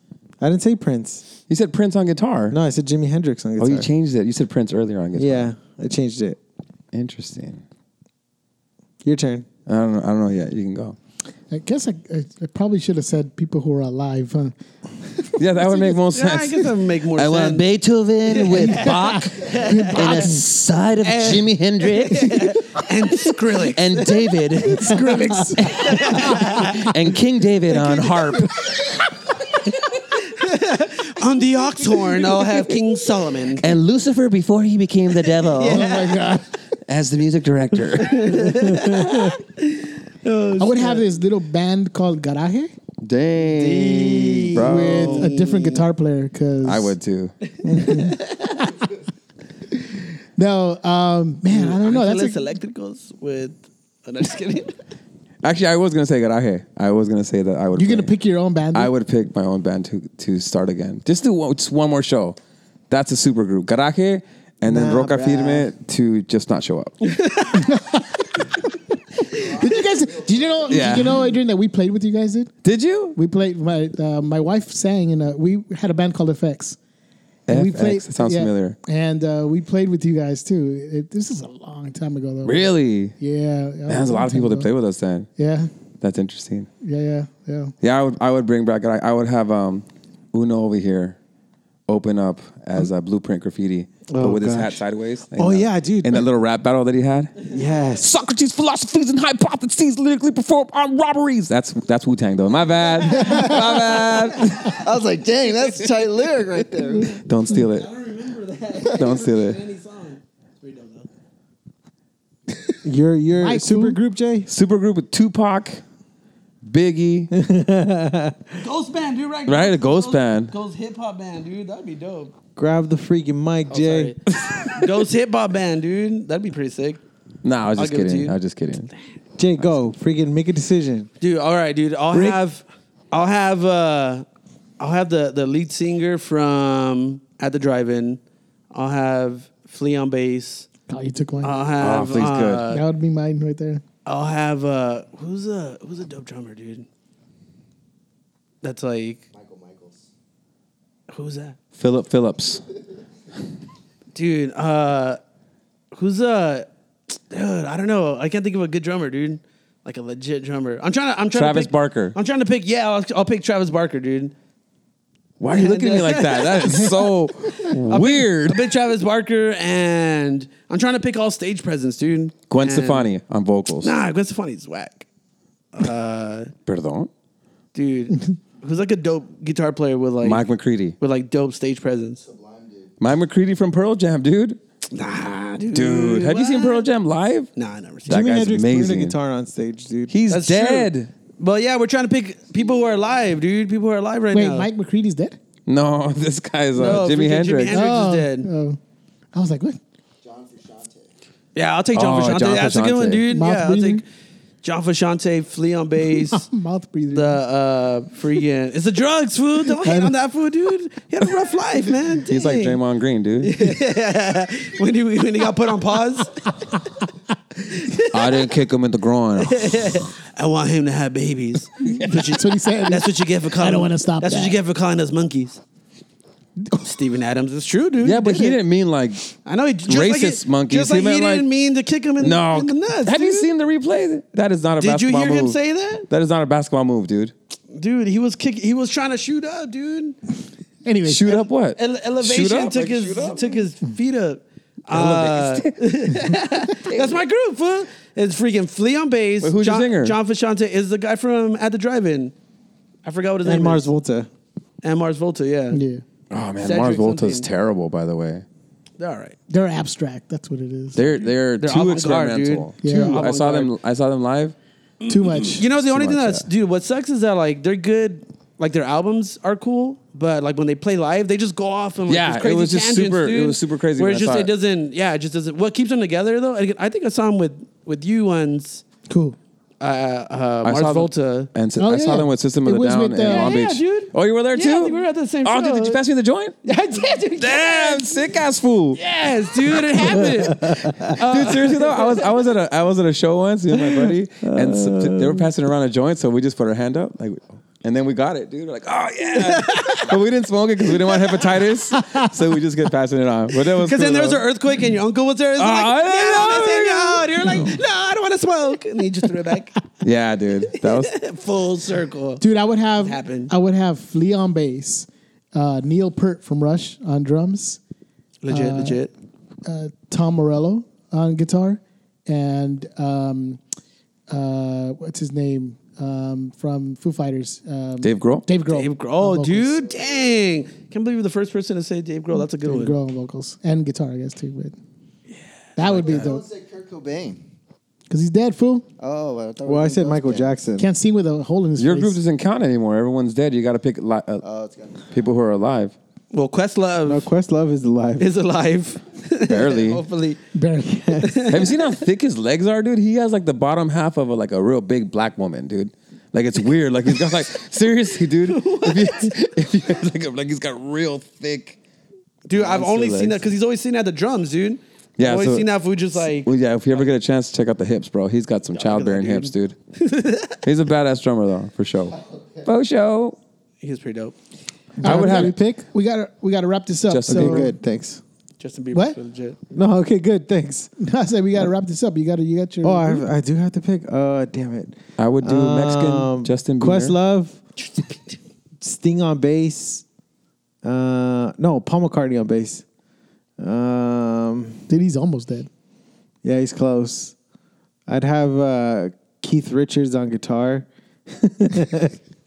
S6: I didn't say Prince.
S2: You said Prince on guitar.
S6: No, I said Jimi Hendrix on
S2: Oh,
S6: guitar.
S2: you changed it. You said Prince earlier on guitar.
S6: Yeah, I changed it.
S2: Interesting.
S6: Your turn.
S2: I don't. know- I don't know yet. You can go.
S1: I guess I, I, I probably should have said people who are alive. Huh?
S2: Yeah, that would make more
S4: Yeah, I
S2: sense.
S4: guess that would make more
S5: I
S4: sense.
S5: want Beethoven with Bach and a side of Jimi Hendrix
S4: and Skrillex.
S5: and David
S1: Skrillex.
S5: and King David on harp.
S4: On the ox horn, I'll have King Solomon.
S5: And Lucifer before he became the devil
S1: oh my god!
S5: as the music director.
S1: I would have this little band called Garaje
S2: Dang, bro.
S1: with a different guitar player. Because
S2: I would too.
S1: No, um, man, I don't know. That's
S4: Angeles
S1: a,
S4: Electricals with. I'm just kidding.
S2: Actually, I was gonna say Garaje. I was gonna say that I would.
S1: you're gonna
S2: play.
S1: pick your own band.
S2: I would pick my own band to to start again. Just do one, just one more show. That's a super group. Garaje and then
S6: Nah,
S2: Roca
S6: bruh.
S2: Firme to just not show up.
S1: Did you guys? Did you know?
S2: Yeah.
S1: Did you know, Adrian, that we played with you guys? Did
S2: Did you?
S1: we played? My uh, my wife sang, and we had a band called FX. And we
S2: FX, it sounds familiar.
S1: And uh, we played with you guys too. It, this is a long time ago, though.
S2: Really?
S1: Yeah.
S2: There's a lot of people that play with us then.
S1: Yeah,
S2: That's interesting.
S1: yeah, yeah, yeah.
S2: Yeah, I would I would bring back I, I would have um Uno over here open up as a blueprint graffiti. but
S6: Oh,
S2: with his
S6: gosh.
S2: hat sideways.
S6: Oh,
S2: And, uh,
S6: yeah, dude.
S2: And that little rap battle that he had.
S6: Yes.
S2: Socrates' philosophies and hypotheses lyrically performed on robberies. That's that's Wu Tang though. My bad. My bad.
S3: I was like, dang, that's a tight lyric right there.
S2: Don't steal it. Don't steal it.
S6: Your your
S1: Mike,
S6: super
S1: who?
S6: group, Jay?
S2: Super group with Tupac, Biggie,
S4: Ghost band, dude, right?
S2: Right, a ghost band.
S4: Ghost hip hop band, dude. That'd be dope.
S6: Grab the freaking
S1: Oh,
S6: mic, Jay.
S4: Oh, Sorry. Ghost hip hop band, dude. That'd be pretty sick.
S2: Nah, I was
S4: I'll
S2: just
S4: give it to
S2: kidding.
S4: you.
S2: I was just kidding.
S6: Jay, go. Freaking make a decision.
S4: Dude, all right, dude. I'll have I'll have uh I'll have the the lead singer from At the Drive-In. I'll have Flea on bass.
S1: Oh, you took one.
S4: I'll have
S2: Flea's Oh, good.
S4: uh,
S1: that would be mine right there.
S4: I'll have uh who's a who's a dope drummer, dude? That's like
S3: Michael Michaels.
S4: who's that?
S2: Philip Phillips.
S4: Dude, uh who's uh dude, I don't know. I can't think of a good drummer, dude. Like a legit drummer. I'm trying to I'm trying
S2: Travis
S4: to pick,
S2: Barker.
S4: I'm trying to pick yeah, I'll, I'll pick Travis Barker, dude.
S2: Why are you looking at me like that? That is so weird.
S4: I pick Travis Barker and I'm trying to pick all stage presence, dude.
S2: Gwen
S4: And-
S2: Stefani on vocals.
S4: Nah, Gwen Stefani's whack. Uh
S2: Perdón.
S4: dude. who's like a dope guitar player with like
S2: Mike McCready.
S4: with like dope stage presence.
S2: Mike McCready from Pearl Jam, dude.
S4: Nah, dude.
S2: Dude, have you seen Pearl Jam live?
S4: Nah, I never seen.
S2: That
S4: it.
S6: Jimi
S2: guy's
S6: Hendrix played a
S2: amazing.
S6: guitar on stage, dude.
S2: He's
S4: That's
S2: dead.
S4: true. But yeah, we're trying to pick people who are alive, dude. People who are alive right
S1: Wait,
S4: now.
S1: Mike McCready's dead?
S2: No, this guy's
S4: No,
S2: uh,
S4: freaking
S2: Jimi
S4: Jimi
S2: Hendrix.
S4: Hendrix. Hendrix is dead.
S1: Oh. I was like, what?
S3: John Frusciante.
S4: Yeah, I'll take John
S2: Oh,
S4: Frusciante.
S2: John
S4: That's a good one,
S2: Frusciante.
S4: dude.
S1: Mouth
S4: yeah, I'll
S1: breathing.
S4: take John Frusciante, Flea on bass.
S1: Mouth breather.
S4: The uh freaking it's the drugs, fool. Don't hate on that fool, dude. He had a rough life, man.
S2: He's like
S4: Dang.
S2: Draymond Green, dude.
S4: when he when he got put on pause.
S2: I didn't kick him in the groin.
S4: I want him to have babies. That's
S1: That's what he said.
S4: what you get for calling.
S1: I don't wanna stop
S4: That's what
S1: that.
S4: you get for calling us monkeys. Stephen Adams, it's true, dude.
S2: Yeah, but he
S4: did it.
S2: didn't mean like.
S4: I know he just like
S2: Racist
S4: it-
S2: monkeys.
S4: Just
S2: He
S4: like he,
S2: meant like-
S4: didn't mean to kick him in,
S2: No.
S4: in the nuts.
S2: Have you
S4: dude.
S2: seen the replay? That is not a
S4: Did you
S2: basketball
S4: hear him
S2: move.
S4: say that?
S2: That is not a basketball move, dude.
S4: Dude, he was kick. He was trying to shoot up, dude.
S1: anyway,
S2: Shoot up what?
S4: Ele- elevation
S2: Shoot up,
S4: took
S2: like,
S4: his
S2: shoot up.
S4: took his feet up. Uh, that's my group, huh? It's freaking Flea on bass.
S2: Wait, who's your
S4: John,
S2: singer?
S4: John Frusciante is the guy from At the Drive-In. I forgot what his
S6: and
S4: name
S6: Mars
S4: is.
S6: Volta.
S4: And Mars Volta, yeah.
S1: Yeah.
S2: Oh man,
S4: Cedric
S2: Mars Volta's
S4: something.
S2: terrible. By the way,
S4: They're all right.
S1: They're abstract. That's what it is.
S2: they're they're,
S4: They're
S2: too
S4: avant-garde,
S2: experimental.
S4: dude.
S1: Yeah.
S2: Too. I saw them. I saw them live.
S1: Too much.
S4: You know, the only
S2: too
S4: thing
S2: much,
S4: that's dude, what sucks is that like they're good, like their albums are cool, but like when they play live, they just go off and like,
S2: Yeah,
S4: these crazy
S2: it was just
S4: tangents,
S2: super-
S4: dude,
S2: it was super crazy
S4: Where
S2: when
S4: it's
S2: I
S4: just
S2: saw
S4: it
S2: it.
S4: doesn't, yeah, it just doesn't. What keeps them together though? I I think I saw them with with you once,
S1: cool.
S4: uh, uh,
S2: I
S4: Mars
S2: saw
S4: Volta.
S2: Them, and si-
S1: Oh,
S2: I saw
S1: yeah.
S2: them with System
S1: It
S2: of a
S1: was
S2: Down
S1: with,
S2: in
S1: uh,
S2: Long
S4: Yeah, yeah,
S2: Beach.
S4: dude.
S2: Oh, you were there
S4: Yeah, I
S2: too.
S4: think we were at the same
S2: Oh,
S4: show.
S2: dude, did you pass me the joint?
S4: I did, dude.
S2: Damn, sick ass fool.
S4: Yes, dude, it happened. Uh.
S2: Dude, seriously though, I was I was at a I was at a show once with my buddy, and
S4: Uh.
S2: some, they were passing around a joint, so we just put our hand up, like, and then we got it, dude. We're like, oh yeah, but we didn't smoke it because we didn't want hepatitis, so we just kept passing it on. But that was
S4: Because then
S2: cool,
S4: there was
S2: though. Ah,
S4: an earthquake and your uncle was there. It's like,
S2: I didn't know.
S4: yeah, let's hang out. You're like, no, I don't want to smoke. And he just threw it back.
S2: yeah, dude, that was
S4: Full circle.
S1: Dude, I would have
S4: Happened.
S1: I would have Flea on bass, uh, Neil Pert from Rush on drums,
S4: Legit, legit.
S1: uh, Tom Morello on guitar, and um, uh, what's his name um, from Foo Fighters? Um,
S2: Dave Grohl.
S1: Dave Grohl.
S4: Dave
S1: on
S4: Grohl, Oh,
S1: vocals.
S4: dude, dang! Can't believe you're the first person to say Dave Grohl. That's a good
S1: Dave
S4: one.
S1: Grohl on vocals and guitar, I guess too. But that would be
S3: I
S1: dope
S3: said Kurt Cobain.
S1: because he's dead, fool.
S3: Oh, I thought
S6: Well, I said Michael
S3: Jackson.
S6: Jackson.
S1: Can't sing with a hole in his
S2: Your
S1: face.
S2: group doesn't count anymore. Everyone's dead. You got to pick li- uh,
S3: Oh, it's got
S2: people who are alive.
S4: Well, Questlove
S6: No, Uh, Questlove is alive.
S4: is alive.
S2: Barely.
S4: Hopefully,
S1: Barely.
S2: Have you seen how thick his legs are, dude? He has like the bottom half of a, like a real big black woman, dude. Like it's weird. Like he's got like seriously, dude. If you, if you had, like, a- like he's got real thick.
S4: dude. I've
S2: Monster
S4: only seen
S2: legs.
S4: that because he's always seen at the drums, dude.
S2: Yeah,
S4: I've always
S2: so-
S4: seen that food just like
S2: Well, yeah. If you ever get a chance, check out the hips, bro. He's got some childbearing
S4: dude.
S2: hips, dude. he's a badass drummer though, for sure. For show.
S4: he was pretty dope.
S2: I would have
S1: we pick. We got to we got to wrap this up.
S2: Justin
S1: so
S2: Bieber.
S6: Okay, good. Thanks.
S4: Justin Bieber,
S1: What?
S4: legit.
S6: No, okay, good. Thanks.
S1: I said we got to wrap this up. You got to you got your.
S6: Oh, I, I do have to pick. Uh, damn it.
S2: Mm-hmm.
S6: Um,
S2: I would do Mexican Justin Bieber.
S6: Questlove, Sting on bass. Uh, no, Paul McCartney on bass. Um,
S1: dude, he's almost dead.
S6: yeah, he's close. I'd have uh, Keith Richards on guitar.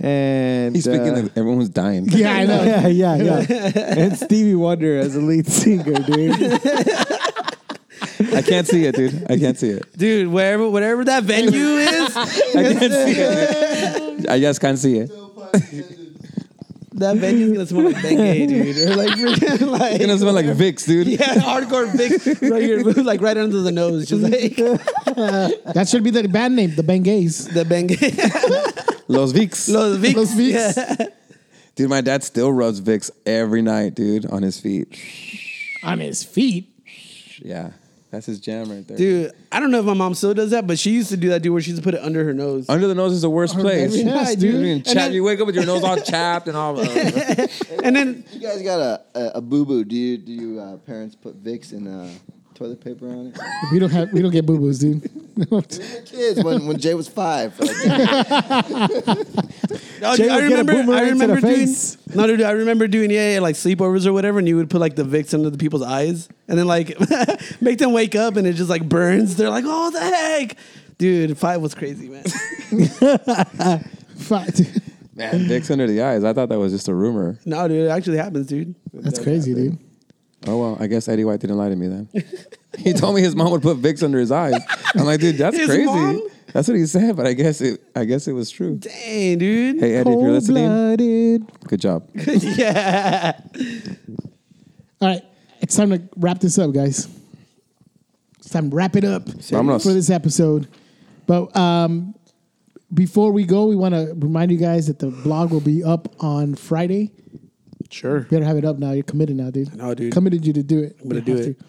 S6: and
S2: He's speaking
S6: uh,
S2: of everyone's dying.
S1: Yeah, I know.
S6: yeah, yeah, yeah. and Stevie Wonder as a lead singer, dude.
S2: I can't see it, dude. I can't see it.
S4: Dude, wherever, whatever that venue is,
S3: Oh,
S2: I can't see it. dude. I just can't see it.
S4: That Benji's gonna smell like Bengay, dude. Or like freaking like
S2: It's gonna smell like Vicks, dude.
S4: yeah, hardcore Vicks right here, like right under the nose, just like
S1: That should be the band name, the Bengays.
S4: the Bengay.
S2: Los Vicks.
S4: Los Vicks.
S1: Los Vicks.
S4: Yeah.
S2: dude, my dad still rubs Vicks every night, dude, on his feet.
S1: On his feet.
S2: Yeah. That's his jam right there.
S4: Dude, I don't know if my mom still does that, but she used to do that, dude, where she used to put it under her nose.
S2: Under the nose is the worst place.
S1: every night, dude.
S2: You, mean,
S1: And
S2: chap-
S4: then-
S2: you wake up with your nose all chapped and all.
S4: And then
S3: You guys got a, a, a boo boo. Do you do you uh, parents put Vicks and uh, toilet paper on it?
S1: We don't have we don't get boo boos, dude.
S3: We were kids when, when Jay was five. Like,
S4: Oh,
S6: Jay
S4: dude, I
S6: would get
S4: Oh, remember,
S6: a
S4: I
S6: boomerang to the
S4: remember doing.
S6: face.
S4: No, dude, I remember doing yeah, yeah, like sleepovers or whatever, and you would put like the Vicks under the people's eyes, and then like make them wake up, and it just like burns. They're like, "Oh, the heck, dude!" Five was crazy, man.
S1: Fuck, dude.
S2: Man, Vicks under the eyes. I thought that was just a rumor.
S4: no, dude, it actually happens, dude.
S1: That's crazy, dude.
S2: Oh, well, I guess Eddie White didn't lie to me then. he told me his mom would put Vicks under his eyes. I'm like, dude, that's
S4: His
S2: crazy.
S4: mom?
S2: That's what he said, but I guess it I guess it was true.
S4: Dang, dude.
S2: Hey Eddie, if you're listening, good job.
S4: yeah.
S1: All right. It's time to wrap this up, guys. It's time to wrap it up
S2: Vámonos.
S1: for this episode. But um, before we go, we want to remind you guys that the blog will be up on Friday.
S4: Sure.
S1: Better have it up now. You're committed now, dude.
S4: know, dude.
S1: Committed you to do it. I'm
S4: gonna do it.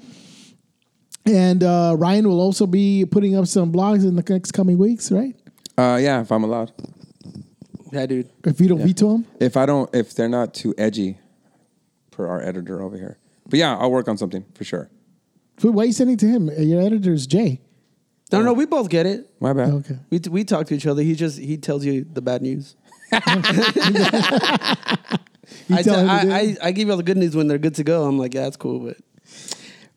S1: And uh, Ryan will also be putting up some blogs in the next coming weeks, right?
S2: Uh, yeah, if I'm allowed.
S4: Yeah, dude.
S1: If you don't veto him.
S2: If I don't if they're not too edgy per our editor over here. But yeah, I'll work on something for sure.
S1: Why are you sending it to him? Uh, Your editor's Jay.
S4: No, no, we both get it.
S2: My bad.
S1: Okay.
S4: We, we talk to each other. He just he tells you the bad news. I,
S1: tell
S4: tell-
S1: him to
S4: I,
S1: do it?
S4: I, I give you all the good news when they're good to go. I'm like, yeah, that's cool, but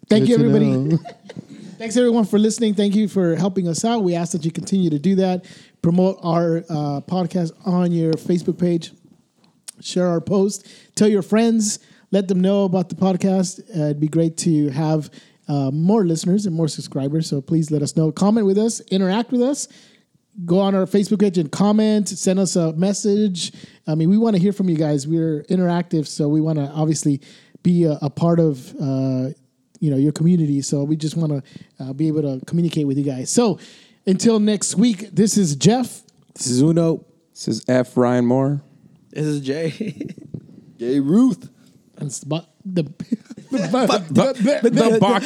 S1: Thank you,
S6: Good to
S1: everybody. Thanks, everyone, for listening. Thank you for helping us out. We ask that you continue to do that. Promote our uh, podcast on your Facebook page. Share our post. Tell your friends. Let them know about the podcast. Uh, it'd be great to have uh, more listeners and more subscribers. So please let us know. Comment with us. Interact with us. Go on our Facebook page and comment. Send us a message. I mean, we want to hear from you guys. We're interactive, so we want to obviously be a, a part of. Uh, you know your community so we just want to uh, be able to communicate with you guys so until next week this is jeff
S6: This is Uno.
S2: This is F Ryan Moore.
S4: this is Jay.
S3: Jay Ruth.
S1: and it's bu- the,
S2: The, the Bach.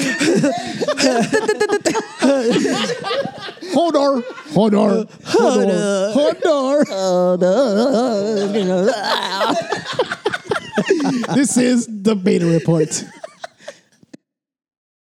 S1: hold on hold on hold on hold on this is the beta report